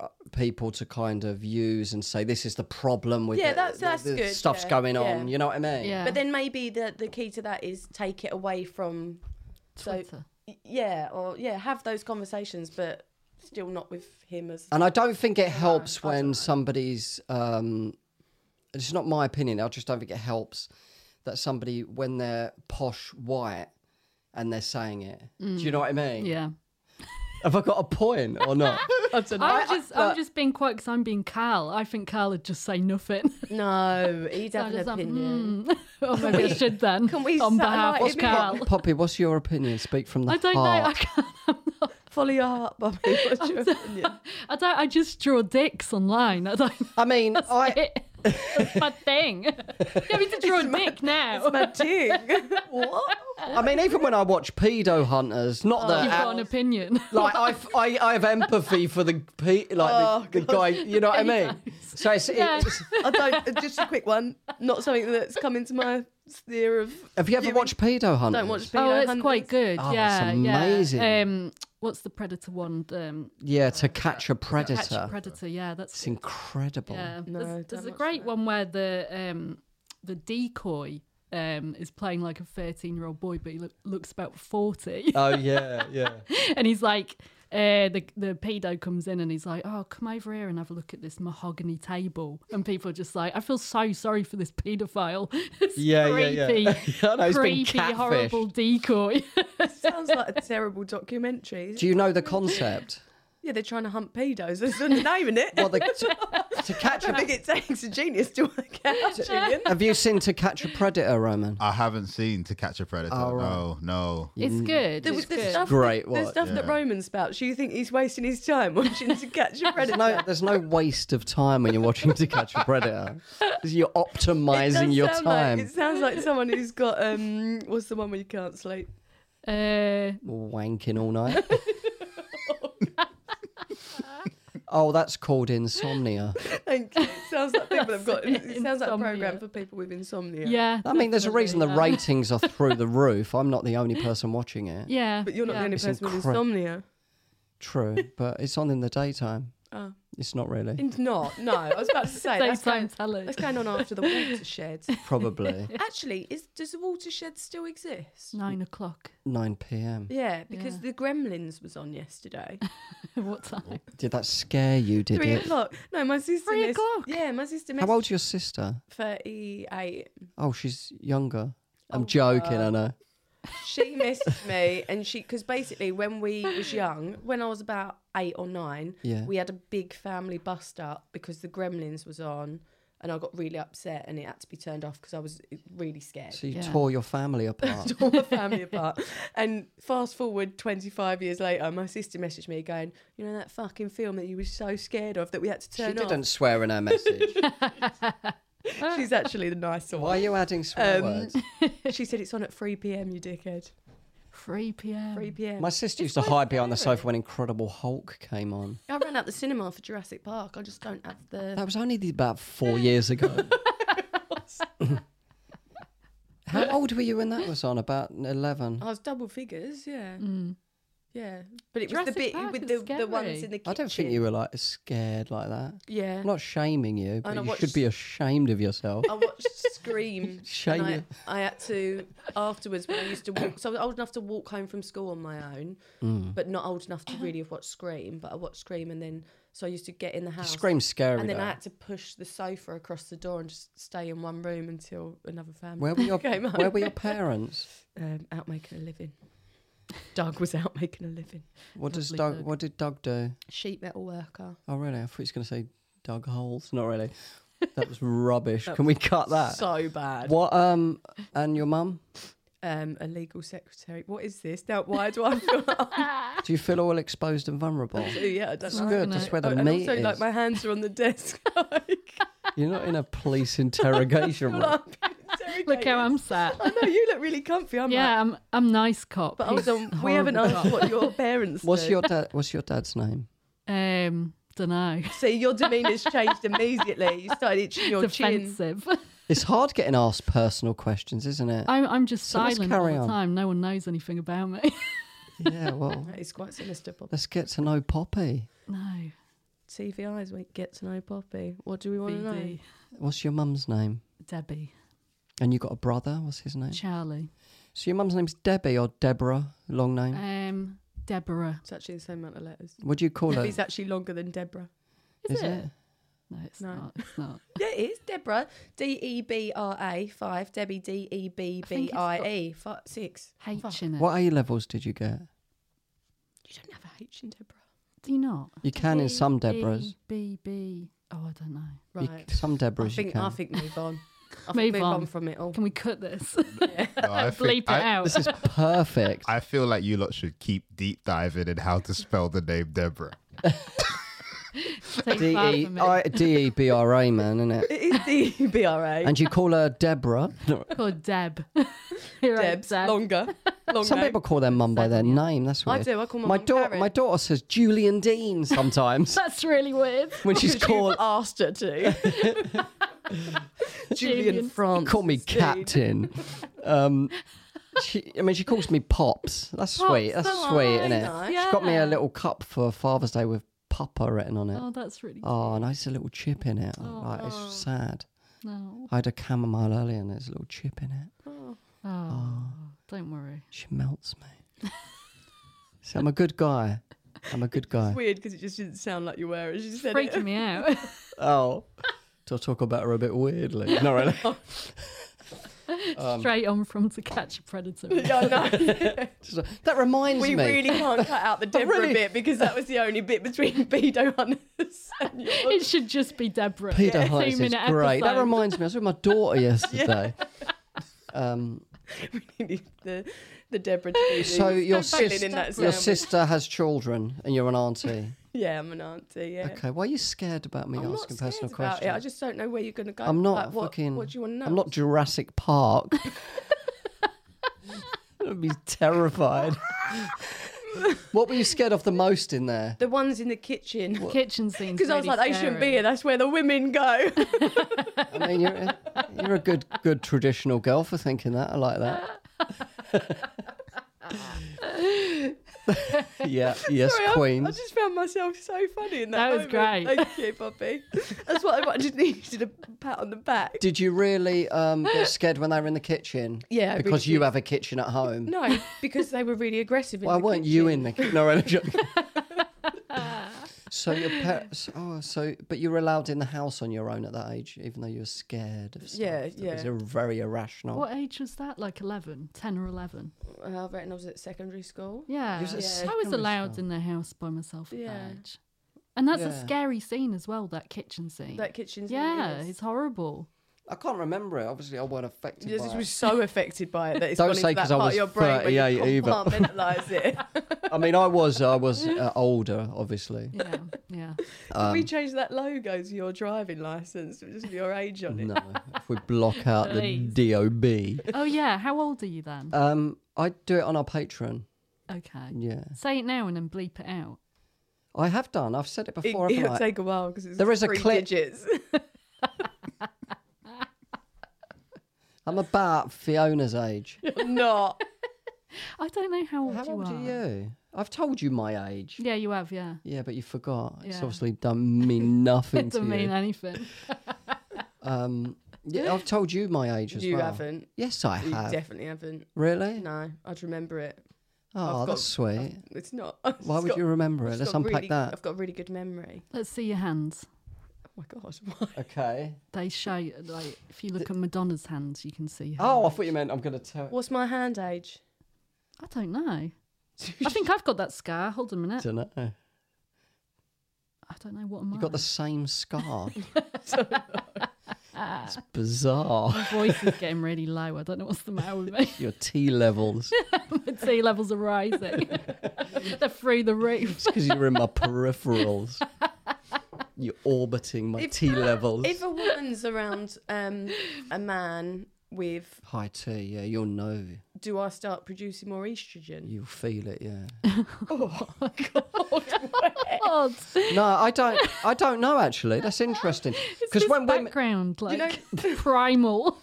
D: uh, people to kind of use and say this is the problem with
E: Yeah,
D: the-
E: that's-
D: the-
E: that's
D: the
E: good,
D: stuff's
E: yeah,
D: going
E: yeah.
D: on. You know what I mean?
B: Yeah.
E: But then maybe the the key to that is take it away from
B: Twitter.
E: So, yeah, or yeah, have those conversations, but still not with him as.
D: And I don't think it helps when somebody's. Um, it's not my opinion. I just don't think it helps that somebody when they're posh white and they're saying it. Do you know what I mean?
B: Mm. Yeah.
D: Have I got a point or
B: [LAUGHS]
D: not?
B: I'm just, I'm just being quite because I'm being Cal. I think Cal would just say nothing.
E: [LAUGHS] No, he'd
B: I [LAUGHS]
E: have
B: just have,
E: an opinion.
B: "Hmm." [LAUGHS] or maybe I should then.
E: can we
B: on behalf
E: satellite
B: of
D: [LAUGHS]
B: Cal?
E: image?
D: Poppy, what's your opinion? Speak from the
B: I don't know.
D: heart.
B: I, can't,
E: Follow your heart, [LAUGHS] Bobby. What's your opinion?
B: I don't. I just draw dicks online. I don't.
D: I mean,
B: That's
D: I,
B: it. [LAUGHS] That's my
E: [LAUGHS]
B: thing. [LAUGHS] Get me to draw a dick now.
E: It's [LAUGHS] my thing. [LAUGHS] what?
D: I mean, even when I watch pedo hunters, not that
B: Oh, You've got an opinion. [LAUGHS]
D: like I, f- I, I have empathy for the pe- like
B: Oh,
D: the, the guy. You
B: [LAUGHS]
D: know what I mean? So it's,
B: Yeah.
D: it's
E: I don't. uh, Just a quick one. Not something that's come into my sphere of.
D: have you ever watched pedo hunters?
E: Don't watch.
B: oh,
E: video
B: it's
E: hunters.
B: quite good.
D: Oh,
B: yeah,
D: that's
B: yeah.
D: amazing.
B: Um, what's the predator one? Um,
D: Yeah, to catch a predator.
B: Catch a predator. Yeah, that's
D: It's incredible.
B: yeah.
E: No,
B: there's
E: don't
B: there's a
E: watch
B: great one where the um, the decoy um, is playing like a 13 year old boy, but he look, looks about
D: [LAUGHS]
B: 40.
D: Oh yeah,
B: [LAUGHS]
D: yeah.
B: and he's like, uh, the the pedo comes in and he's like, "Oh, come over here and have a look at this mahogany table." And people are just like, "I feel so sorry for this pedophile." [LAUGHS] It's
D: Yeah, yeah,
B: creepy,
D: yeah. [LAUGHS] I know, he's been
B: creepy,
D: catfished.
B: horrible decoy.
E: Sounds like a terrible documentary.
D: Do you know the concept?
E: Yeah, they're trying to hunt pedos. [LAUGHS] There's a name in it. [LAUGHS]
D: Well, the, to, to catch
E: I think
D: a
E: it takes a genius to work
D: [LAUGHS]
E: out, Julian.
D: have you seen To Catch a Predator, Roman?
F: I haven't seen To Catch a Predator.
D: Oh, right.
B: [LAUGHS]
F: No, no.
D: Mm.
B: it's good.
E: The,
B: it's
E: the
B: good.
E: stuff
D: Great
E: that, the
D: watch,
E: stuff that Roman spouts, you think he's wasting his time [LAUGHS] watching
D: [LAUGHS]
E: to catch a predator?
D: There's no, there's no waste of time when you're watching To Catch a Predator. You're
E: It does
D: optimizing your
E: sound
D: time.
E: Like, it sounds like someone who's got um, what's the one where you can't sleep?
B: Uh,
D: wanking all
B: [LAUGHS]
D: night. oh, that's called insomnia.
E: Thank you. It sounds like people have got.
B: That's
E: It,
D: [LAUGHS]
B: it,
E: sounds like a program
B: insomnia.
E: for people with insomnia.
B: yeah.
D: I mean, there's a reason the
B: definitely, yeah.
D: ratings are through the roof. I'm not the only person watching it.
B: [LAUGHS] Yeah,
E: but you're not
B: yeah.
E: the only
B: [LAUGHS]
D: It's
E: person with
D: incre-
E: insomnia.
D: True,
E: [LAUGHS]
D: but it's on in the daytime.
E: Oh.
D: It's not
E: [LAUGHS]
D: really.
E: It's not. No, I was about
D: [LAUGHS]
E: to say that's
B: Daytime
E: going,
B: telly.
E: that's going on after the watershed.
D: Probably
E: Actually, is does the watershed still exist?
B: Nine o'clock. [LAUGHS]
D: 9 p.m.
E: Yeah, because
B: Yeah.
E: the Gremlins was
D: [LAUGHS]
E: on yesterday.
B: what time?
D: Did that scare you? Did
E: Three
D: it?
E: o'clock. No, my sister.
B: Three
E: mess-
B: o'clock?
E: Yeah, my sister.
D: How
E: Messaged E
D: old's your sister?
E: Thirty-eight.
D: Oh, she's younger.
E: Oh,
D: I'm joking. I know.
E: She messaged
D: [LAUGHS]
E: me, and she because basically when we was young, when I was about eight or nine,
D: Yeah.
E: we had a big family bust up because the Gremlins was on, and I got really upset, and it had to be turned off because I was eh, really scared. [LAUGHS]
D: So you
B: Yeah.
D: tore your family apart.
E: all my family apart. And fast forward 25 years later, my sister messaged me going, You know that fucking film that you were so scared of that we had to
D: she
E: turn off?
D: didn't swear in her message.
E: [LAUGHS] She's actually the nicer
D: [LAUGHS] Why are
E: one.
D: you adding swear
E: Um, [LAUGHS]
D: words?
E: She said, It's on at 3 pm, you dickhead.
B: 3 p.m.
E: 3 pm.
D: My sister used to hide behind the sofa when Incredible Hulk came on.
E: I ran out the cinema for Jurassic Park. I just don't have the.
D: That was only the- about
E: [LAUGHS]
D: four years ago. How old were you when that was on? About 11.
E: I was double figures, yeah. Yeah. But it was
B: Jurassic
E: the bit
B: Park
E: with the,
B: was
E: the ones
B: scary.
E: in the kitchen.
D: I don't think you were like scared like that.
E: Yeah.
D: I'm not shaming you,
E: I
D: but
E: know,
D: you
E: Oh, what-
D: should be ashamed of yourself.
E: I watched Scream.
D: [LAUGHS] Shame
E: And
D: you.
E: I, I had to afterwards when I used to walk. So I was old enough to walk home from school on my own,
D: Mm.
E: but not old enough to really have watched Scream. But I watched Scream, and then so I used to get in the house.
D: Scream's scary.
E: And then
D: though.
E: I had to push the sofa across the door and just stay in one room until another family
D: Where were your
E: [LAUGHS] came home.
D: Where were your parents?
E: um, out making a living. Doug was out making a living.
D: What does
B: Lovely
D: Doug,
B: Doug.
D: What did Doug do?
E: Sheet metal worker.
D: Oh, really? I thought he was going to say Doug holes. Not really. That was
E: [LAUGHS]
D: rubbish. Can we cut that?
E: So bad.
D: what? Um, and your mum?
E: Um, a legal secretary. What is this? Now, why do I [LAUGHS] feel like
D: Do you feel all exposed and vulnerable?
E: Yeah, I don't
D: It's
E: know.
D: good. That's where
E: Oh,
D: the
E: and
D: meat
E: also,
D: is.
E: like, my hands are on the desk. [LAUGHS] like,
D: You're not in a
E: [LAUGHS]
D: police interrogation room.
E: I'm being
B: Look
E: [LAUGHS] interrogated.
B: how I'm sat.
E: I know, you look really comfy. [LAUGHS] I'm like,
B: Yeah, I'm I'm nice cop.
E: but hold
B: He's
E: on, we haven't
B: horrible
E: asked what your
D: [LAUGHS]
E: parents
D: What's
E: do.
D: your dad? What's your dad's name?
B: cop. Um, don't know.
E: See, your demeanour's changed immediately. You started itching your
B: [LAUGHS]
E: chin.
B: Defensive.
D: It's hard getting asked personal questions, isn't it?
B: I'm I'm just
D: So let's
B: silent all
D: carry
B: the
D: on.
B: time. No one knows anything about me. [LAUGHS]
D: yeah. Well,
E: That is quite sinister, Bob.
D: let's get to know Poppy.
B: no.
E: TVI's we get to know Poppy. What do we want to know?
B: BD.
D: What's your mum's name?
B: Debbie.
D: And you got a brother. What's his name?
B: Charlie.
D: So your mum's name's Debbie or Deborah. Long name.
E: Uh,
B: Um Deborah.
E: It's actually the same amount of letters.
D: what do you call her?
E: Debbie's actually longer than Deborah.
B: Is,
D: Is
B: it?
D: it?
B: No, it's
E: No.
B: not. It's
E: [LAUGHS]
B: not.
E: Yeah, it is Deborah. D E B R A five. Debbie D E B B I E Fi- six.
B: H in it.
D: What A levels did you get?
E: You don't have a H in Deborah.
B: Do you not?
D: You can in some
B: B,
D: Deborahs.
B: B B. Oh, I don't know.
D: You-
E: Right.
D: some
E: I
D: Deborahs you
E: think
D: can.
E: I think move on. I
B: Move
E: think move on.
B: on.
E: from it all.
B: Can we cut this? [LAUGHS]
F: No, I
B: Bleep
F: think-
B: it
F: I-
B: out.
D: This is perfect.
F: I feel like you lot should keep deep diving in how to spell the name Deborah.
B: Take
D: D
B: five for
D: E
B: me.
D: I D E B R A man, isn't it?
E: [LAUGHS] [LAUGHS] It is D E B R A.
D: And you call her Deborah. No,
B: Or Deb. [LAUGHS] Here I am,
E: Debs [LAUGHS] longer. Long
D: Some
E: name.
D: people call their mum by their name. That's
E: I
D: weird.
E: do, I call my mum
D: daughter.
E: Karen.
D: My daughter says Julian Dean
E: [LAUGHS]
D: sometimes
B: That's really weird.
D: when she's
E: Because you've
D: called.
E: asked her to.
B: Julian.
E: Julian France.
D: Call me
E: Steed.
D: Captain. Um, she, I mean, she calls me Pops. That's sweet. That's
E: oh,
D: sweet, isn't it?
E: nice.
D: She got me a little cup for Father's Day with Papa written on it.
B: Oh, that's really
D: Oh, and I used a little chip in it.
E: Oh,
D: Like, it's sad.
B: no.
D: I had a chamomile earlier and there's a little chip in it.
B: Oh, don't worry.
D: She melts me.
E: [LAUGHS]
D: so I'm a good guy. I'm a good guy.
E: It's weird because it just didn't sound like you were. As you said it.
B: Freaking me
E: [LAUGHS]
B: out. [LAUGHS]
D: Oh. Do I talk about her a bit weirdly?
E: [LAUGHS]
D: Not really. [LAUGHS]
B: Straight on from to catch a predator.
E: Um, [LAUGHS] Yeah, I know.
D: Just- that reminds
E: We
D: me. Oh,
E: really can't cut out
D: [LAUGHS]
E: the Deborah
D: really-
E: bit because that was the only bit between [LAUGHS] Beto Hunters
D: [LAUGHS]
E: and yours.
B: [LAUGHS] It should just be Deborah.
D: Peter
B: Yeah,
D: Heights is great.
B: two-minute
D: That
B: episode.
D: reminds me. I was with my
E: [LAUGHS]
D: daughter yesterday. Um,
E: We need the, the Deborah to be
D: so
E: the-
D: your,
E: filling
D: sis-
E: in that
D: your
E: sound.
D: sister has children and you're an auntie.
E: [LAUGHS] Yeah, I'm an auntie, yeah.
D: Okay, why are you scared about me
E: I'm not
D: asking
E: scared
D: personal
E: about
D: questions?
E: It. I just don't know where you're going to go.
D: I'm not
E: Like, what,
D: fucking.
E: What do you want to know?
D: I'm not Jurassic
E: [LAUGHS]
D: Park. [LAUGHS] I'd be
E: [LAUGHS]
D: terrified. what were you scared of the most in there?
E: The ones in the kitchen. [LAUGHS]
B: kitchen scenes.
E: Because I was like,
B: really
E: they shouldn't be
B: scary.
E: here. That's where the women go. [LAUGHS]
D: I mean, you're, you're a good, good traditional girl for thinking that. I like that. [LAUGHS]
E: [LAUGHS]
D: yeah. Yes,
E: Sorry, I-
D: Queen.
E: I, just found myself so funny in that.
B: That was
E: moment.
B: great.
E: Thank you,
D: [LAUGHS]
E: Bobby. That's what I wanted. [LAUGHS] Just needed a pat on the back.
D: Did you really um, get scared when they were in the kitchen?
E: Yeah, I
D: Because
E: really
D: you [LAUGHS]
E: did.
D: have a kitchen at home.
E: No, because they were really aggressive. In
D: Why
E: the
D: weren't you
E: kitchen.
D: in the kitchen? No, I'm
E: [LAUGHS]
D: joking. [LAUGHS] so your parents. Oh, so but you were allowed in the house on your own at that age, even though you were scared of stuff.
E: Yeah,
D: that
E: yeah.
D: was ir- very irrational.
B: What age was that? Like 11? 10 or 11?
E: Uh, I reckon I was at secondary school.
B: Yeah.
D: was at
B: I was
D: secondary
B: allowed
D: school.
B: in the house by myself at
E: Yeah.
B: that age. And that's a
D: Yeah.
B: scary scene as well, that kitchen scene.
E: That kitchen. scene,
B: yeah,
E: yes.
B: it's horrible.
D: I can't remember it. Obviously, I wasn't affected.
E: Yes,
D: by
E: this
D: it.
E: was so affected by it that it's
D: Don't
E: gone into
D: say
E: that
D: 'cause I
E: part
D: was
E: of your brain where you
D: 38 either. [LAUGHS]
E: compartmentalise it.
D: I mean, I was I was uh, older, obviously.
B: Yeah, [LAUGHS] yeah.
E: Can
D: Um,
E: we change that logo to your driving license with just your age on it?
D: No, if we block out
B: Please.
D: the DOB,
B: Oh, yeah. How old are you then?
D: um, I do it on our Patreon.
B: okay.
D: Yeah,
B: Say it now and then bleep it out.
D: I have done. I've said it
E: It,
D: before. haven't
E: will
D: I?
E: take a while because it's
D: There is a
E: three
D: clip. [LAUGHS]
E: digits. [LAUGHS]
D: I'm about Fiona's age.
E: Not.
B: I don't know how old
D: How
B: you
D: old
B: are.
D: are you? I've told you my age.
B: Yeah, you have, yeah.
D: Yeah, but you forgot. It's
B: Yeah.
D: obviously done mean nothing
E: [LAUGHS]
B: It
D: to
B: [LAUGHS] doesn't mean
D: you.
B: anything.
D: Um, yeah, I've told you my age as
E: You
D: well.
E: haven't.
D: Yes, I
E: You
D: have.
E: definitely haven't.
D: really?
E: No, I'd remember it.
D: oh,
E: I've
D: that's
E: got-
D: sweet.
E: It's not. [LAUGHS]
D: Why would you remember it? Let's unpack that.
E: I've got a really good memory.
B: Let's see your hands.
E: Oh my god, [LAUGHS] why?
D: Okay.
B: They show, like, if you look at Madonna's hands, you can see her.
D: Oh, I thought you meant I'm going to tell.
E: What's my hand age?
D: [LAUGHS]
B: I don't know. I think I've got that scar. Hold on a minute.
D: don't know. You
B: I don't know what am I.
D: got the same
B: [LAUGHS]
D: scar. [LAUGHS] it's bizarre.
B: My voice is getting really low. I don't know what's the matter with me.
D: Your T levels.
B: My [LAUGHS] T levels are
E: [LAUGHS]
B: rising. They're through the roof.
D: It's because you're in my peripherals. You're orbiting my
E: If-
D: T levels.
E: If a woman's around um, a man with,
D: High T, yeah, you'll know.
E: do I start producing more estrogen?
D: You'll feel it, yeah.
E: Eh,
B: God.
D: No, I don't. I don't know actually. That's
B: [LAUGHS]
D: interesting because
B: This
D: when women,
B: background,
D: [LAUGHS]
B: like
E: [LAUGHS]
B: primal.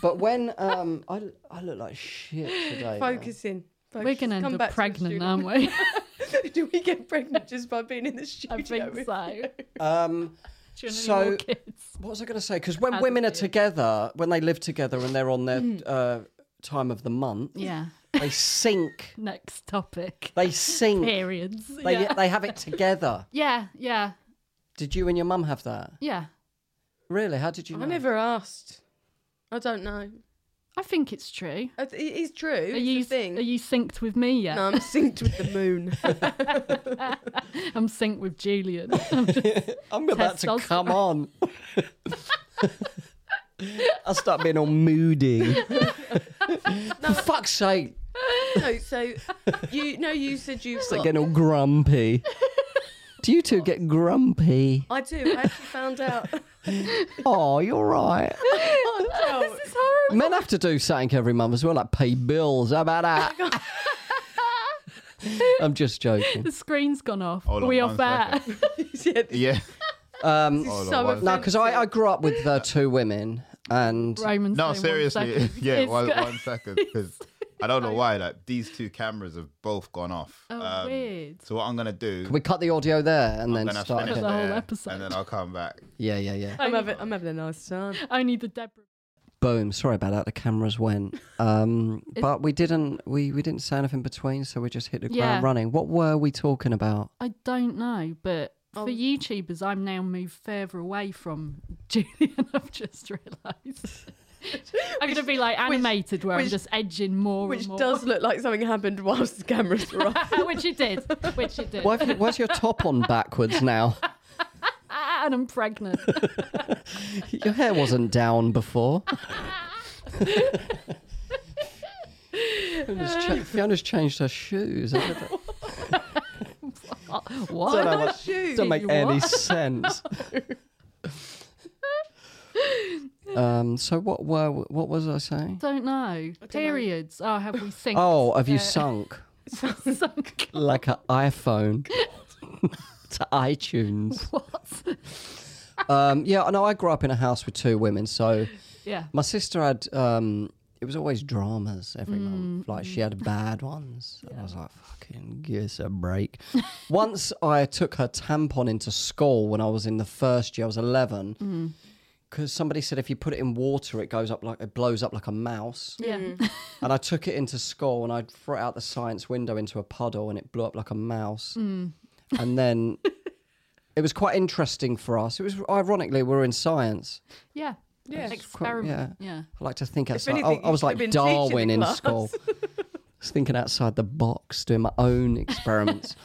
D: but when um, I, I look like shit today. man.
E: Focusing.
B: We're gonna
E: Come
B: end up
E: back to the
B: pregnant,
E: studio.
B: aren't we?
E: [LAUGHS] do we get pregnant just by being in the [LAUGHS] studio?
B: [LAUGHS] I think so.
E: with- [LAUGHS]
D: Um,
B: Do you want
D: So-
B: any more kids?
D: what was I going to say? Because when
B: As Mm.
D: women
B: it
D: are
B: is.
D: together, when they live together and they're on their uh, time of the month,
B: Yeah.
D: they sync.
B: Next topic.
D: They sync.
B: Periods.
D: They
B: yeah.
D: they have it together.
B: yeah, yeah,
D: Did you and your mum have that?
B: yeah.
D: Really? How did you? Know?
E: I never asked. I don't know.
B: I think it's true.
E: It it is true.
B: Are
E: it's
B: you
E: a thing.
B: are you synced with me yet?
E: no, I'm synced with the
B: [LAUGHS]
E: moon.
B: I'm synced with
E: [LAUGHS]
B: Julian. [LAUGHS]
D: I'm about to
B: Testosterone.
D: come on. I start being all
E: [LAUGHS]
D: moody. For fuck's sake!
E: no, so you no, you said you've
D: Start
E: got.
D: getting all grumpy. Do you two get grumpy?
E: I do. I actually
B: [LAUGHS]
E: found out.
D: Oh, you're right.
E: [LAUGHS] Oh,
B: It's horrible.
D: Men have to do something every month as well, like pay bills. How about that?
E: [LAUGHS]
D: I'm just joking.
B: The screen's gone off.
F: Hold
B: Are
F: on
B: we
F: one
B: off air?
F: [LAUGHS]
E: [LAUGHS] yeah, this
B: [LAUGHS]
F: Yeah.
D: Um,
E: is
F: Hold
E: so
F: on, one-
D: no, because I, I grew up with uh, two women, and
B: Roman's
F: No,
B: saying one
F: seriously. [LAUGHS]
B: second.
F: yeah,
B: It's
F: one,
B: go-
F: one second.
B: [LAUGHS]
F: Because I don't know why. Like, these two cameras have both gone off.
B: Oh,
F: Um,
B: weird.
F: So, what I'm going to do.
D: we cut the audio there and
F: I'm
D: then
F: gonna
D: start.
F: finish
B: The whole
F: there,
B: episode.
F: And then I'll come back.
D: Yeah, yeah, yeah.
E: I'm having, I'm having a nice time.
B: Only the Deborah.
D: Boom. Sorry about that. The cameras went. Um, but we didn't. We we didn't say anything between, so we just hit the
B: Yeah.
D: ground running. What were we talking about?
B: I don't know, but
E: Oh.
B: for YouTubers, I'm now moved further away from [LAUGHS] Julian. I've just realised.
E: [LAUGHS]
B: I'm going to be like animated where I'm
E: which-
B: just edging more
E: Which
B: and more.
E: does look like something happened whilst the cameras were off.
B: [LAUGHS] which it did. Which it did.
D: Why have you, why's your top on backwards now? [LAUGHS]
B: Ah, and I'm
E: [LAUGHS]
B: pregnant.
D: Your hair wasn't down before. Fiona's, cha- Fiona's changed her shoes. I don't-
B: Uh, what?
D: know what- Doesn't make any sense. um. So what were what was I saying?
B: don't know. Periods. Oh, have we synced?
D: Oh, uh, have you
B: Uh,
D: sunk
B: [LAUGHS] sunk?
D: like an iPhone to iTunes?
B: What?
D: Um. Yeah. No, I grew up in a house with two women, so.
B: Yeah.
D: My sister had. Um, it was always dramas every month. Like she had bad ones. And I was like, fucking give us a break. [LAUGHS] Once I took her tampon into school when I was in the first year, I was eleven. Because somebody said if you put it in water, it goes up like it blows up like a
B: [LAUGHS]
D: mouse.
B: Yeah.
E: Hmm.
D: And I took it into school and I threw it out the science window into a puddle and it blew up like a mouse. And then it was quite interesting for us. It was ironically we were in science.
B: Yeah.
E: Yeah.
B: Experiment. yeah.
D: I like to think outside.
E: anything,
D: I, I was
E: you should
D: like
E: have been teaching
D: Darwin
E: the
D: in
E: class.
D: school. I was thinking outside the box, doing my
E: [LAUGHS]
D: own experiments.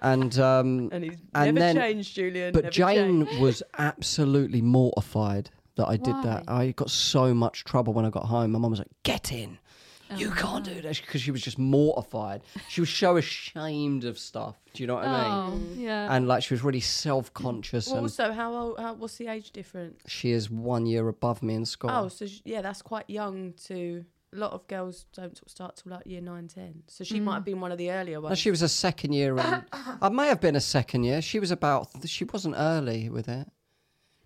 D: and um,
E: And he's
D: And
E: never
D: then-
E: changed, Julian.
D: but
E: never
D: Jane
E: changed.
D: was absolutely mortified that I did that. I got so much trouble when I got home. My mum was like, "Get in." You
E: Oh.
D: can't do this because she was just mortified. She was so ashamed of stuff. Do you know what I
B: Oh,
D: mean?
B: yeah.
D: And like she was really self conscious.
E: Well,
D: And
E: also, how old? How, what's the age difference?
D: she is one year above me in school.
E: Oh, so sh- yeah, that's quite young to. A lot of girls don't sort of start till like year nine, ten. So she
B: Mm.
E: might have been one of the earlier
D: No,
E: ones.
D: she was a second year
B: [COUGHS]
D: in. I may have been a second year. She was about. She wasn't early with it.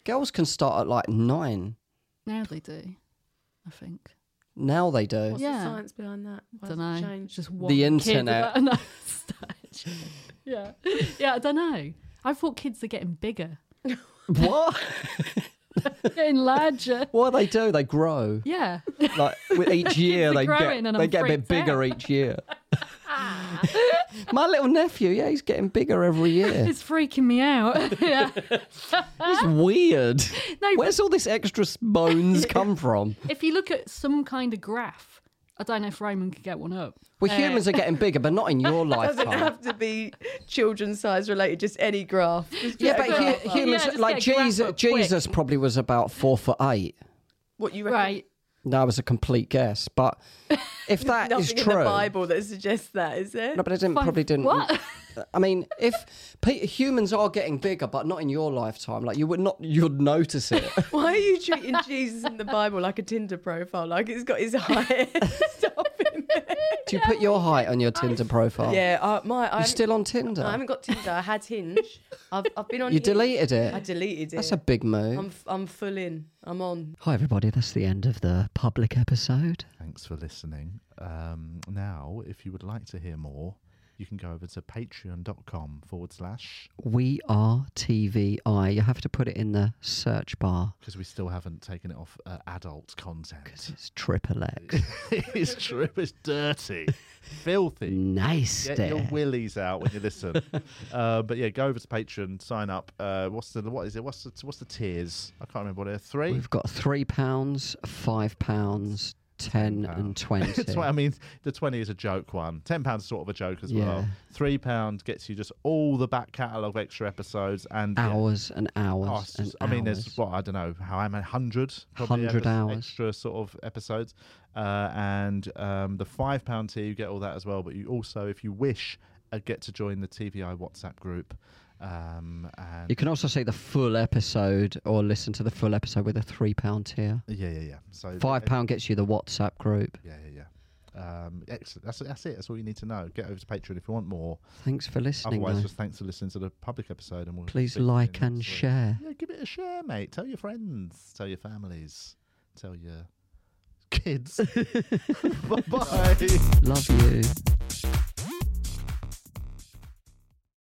D: Girls can start at like nine.
B: now they do, I think.
D: Now they do.
E: What's
B: Yeah.
E: the science behind that? Why
B: don't
E: has it
B: know.
E: changed?
B: Just one
D: The
B: kid
D: internet.
B: [LAUGHS] at that stage. yeah, yeah. I don't know. I thought kids are getting bigger,
D: [LAUGHS] What?
B: getting larger.
D: what do they do? They
B: [LAUGHS]
D: grow.
B: Yeah,
D: Like with each year,
B: are
D: they
B: growing
D: get
B: and
D: they
B: I'm
D: get a bit
B: freaked out.
D: bigger each
B: [LAUGHS]
D: year. My little nephew, yeah, he's getting bigger every year.
B: [LAUGHS] it's freaking me out. [LAUGHS] yeah.
D: It's weird.
B: [LAUGHS] No, but [LAUGHS]
D: Where's all this extra s- bones come from?
B: if you look at some kind of graph, I don't know if Raymond could get one up.
D: Well, humans are getting bigger, but not in
B: [LAUGHS]
D: your
E: [LAUGHS] Doesn't
D: lifetime.
E: have to be children's size related, just any graph. Just
D: Yeah,
E: get a
D: but
E: graph
D: hu-
E: up.
D: humans
B: Yeah, just
D: like
B: get a graph
D: Jesus.
B: up quick.
D: Jesus probably was about four foot eight.
E: what you reckon?
B: Right.
D: That was a complete guess,
E: [LAUGHS]
D: but if that is
E: Nothing
D: true,
E: in the Bible that suggests that, is there?
D: no, but it didn't,
B: Fine.
D: probably didn't.
B: What?
D: I mean, if pe- humans are getting bigger, but not in your lifetime, like you would not, you'd notice
E: [LAUGHS]
D: it.
E: Why are you treating Jesus in the Bible like a Tinder profile? Like it's got his [LAUGHS] height stuff in there.
D: Do you put your height on your Tinder profile?
E: Yeah, uh, my I'm,
D: You're Oh. still on Tinder.
E: I haven't got Tinder. I had Hinge. I've, I've been on.
D: You
E: Hinge.
D: deleted it?
E: I deleted it.
D: That's a big move.
E: I'm f- I'm full in. I'm on.
D: Hi, everybody. That's the end of the public episode.
G: Thanks for listening. Um, now, if you would like to hear more, you can go over to patreon.com forward slash
D: We are TVI. You have to put it in the search bar
G: because we still haven't taken it off uh, adult content.
D: it's triple [LAUGHS] X.
G: [LAUGHS] it's true. It's
D: [LAUGHS]
G: dirty, filthy.
D: nice.
G: Get your
D: there.
G: willies out when
D: [LAUGHS]
G: you listen. uh, but yeah, go over to Patreon, sign up. Uh, what's the what is it? What's the what's the tiers? I can't remember what they're. Three.
D: We've got three pounds, five pounds, ten, and twenty.
G: [LAUGHS] That's what I mean. The twenty is a joke one. Ten pounds sort of a joke as well.
D: Yeah.
G: Three pound gets you just all the back catalogue of extra episodes and yeah,
D: Hours and hours
G: Oh, it's
D: and
G: just- I mean,
D: hours.
G: there's what I don't know how I'm at hundred,
D: 100 hours.
G: extra sort of episodes, uh, and um, the five pound tier you get all that as well. But you also, if you wish, uh, get to join the TVI WhatsApp group. Um, and
D: You can also see the full episode or listen to the full episode with a three pound tier.
G: yeah, yeah, yeah. So eh,
D: Five pound gets you the WhatsApp group.
G: Yeah, yeah, yeah. Um, excellent. That's that's it. That's all you need to know. Get over to Patreon if you want more.
D: Thanks for listening.
G: Otherwise,
D: though.
G: just thanks for listening to the public episode, and we'll
D: Please
G: speak to you
D: like
G: next
D: and
G: week.
D: share.
G: Yeah, give it a share, mate. Tell your friends. Tell your families. [LAUGHS] Tell your kids. bye bye.
D: Love you.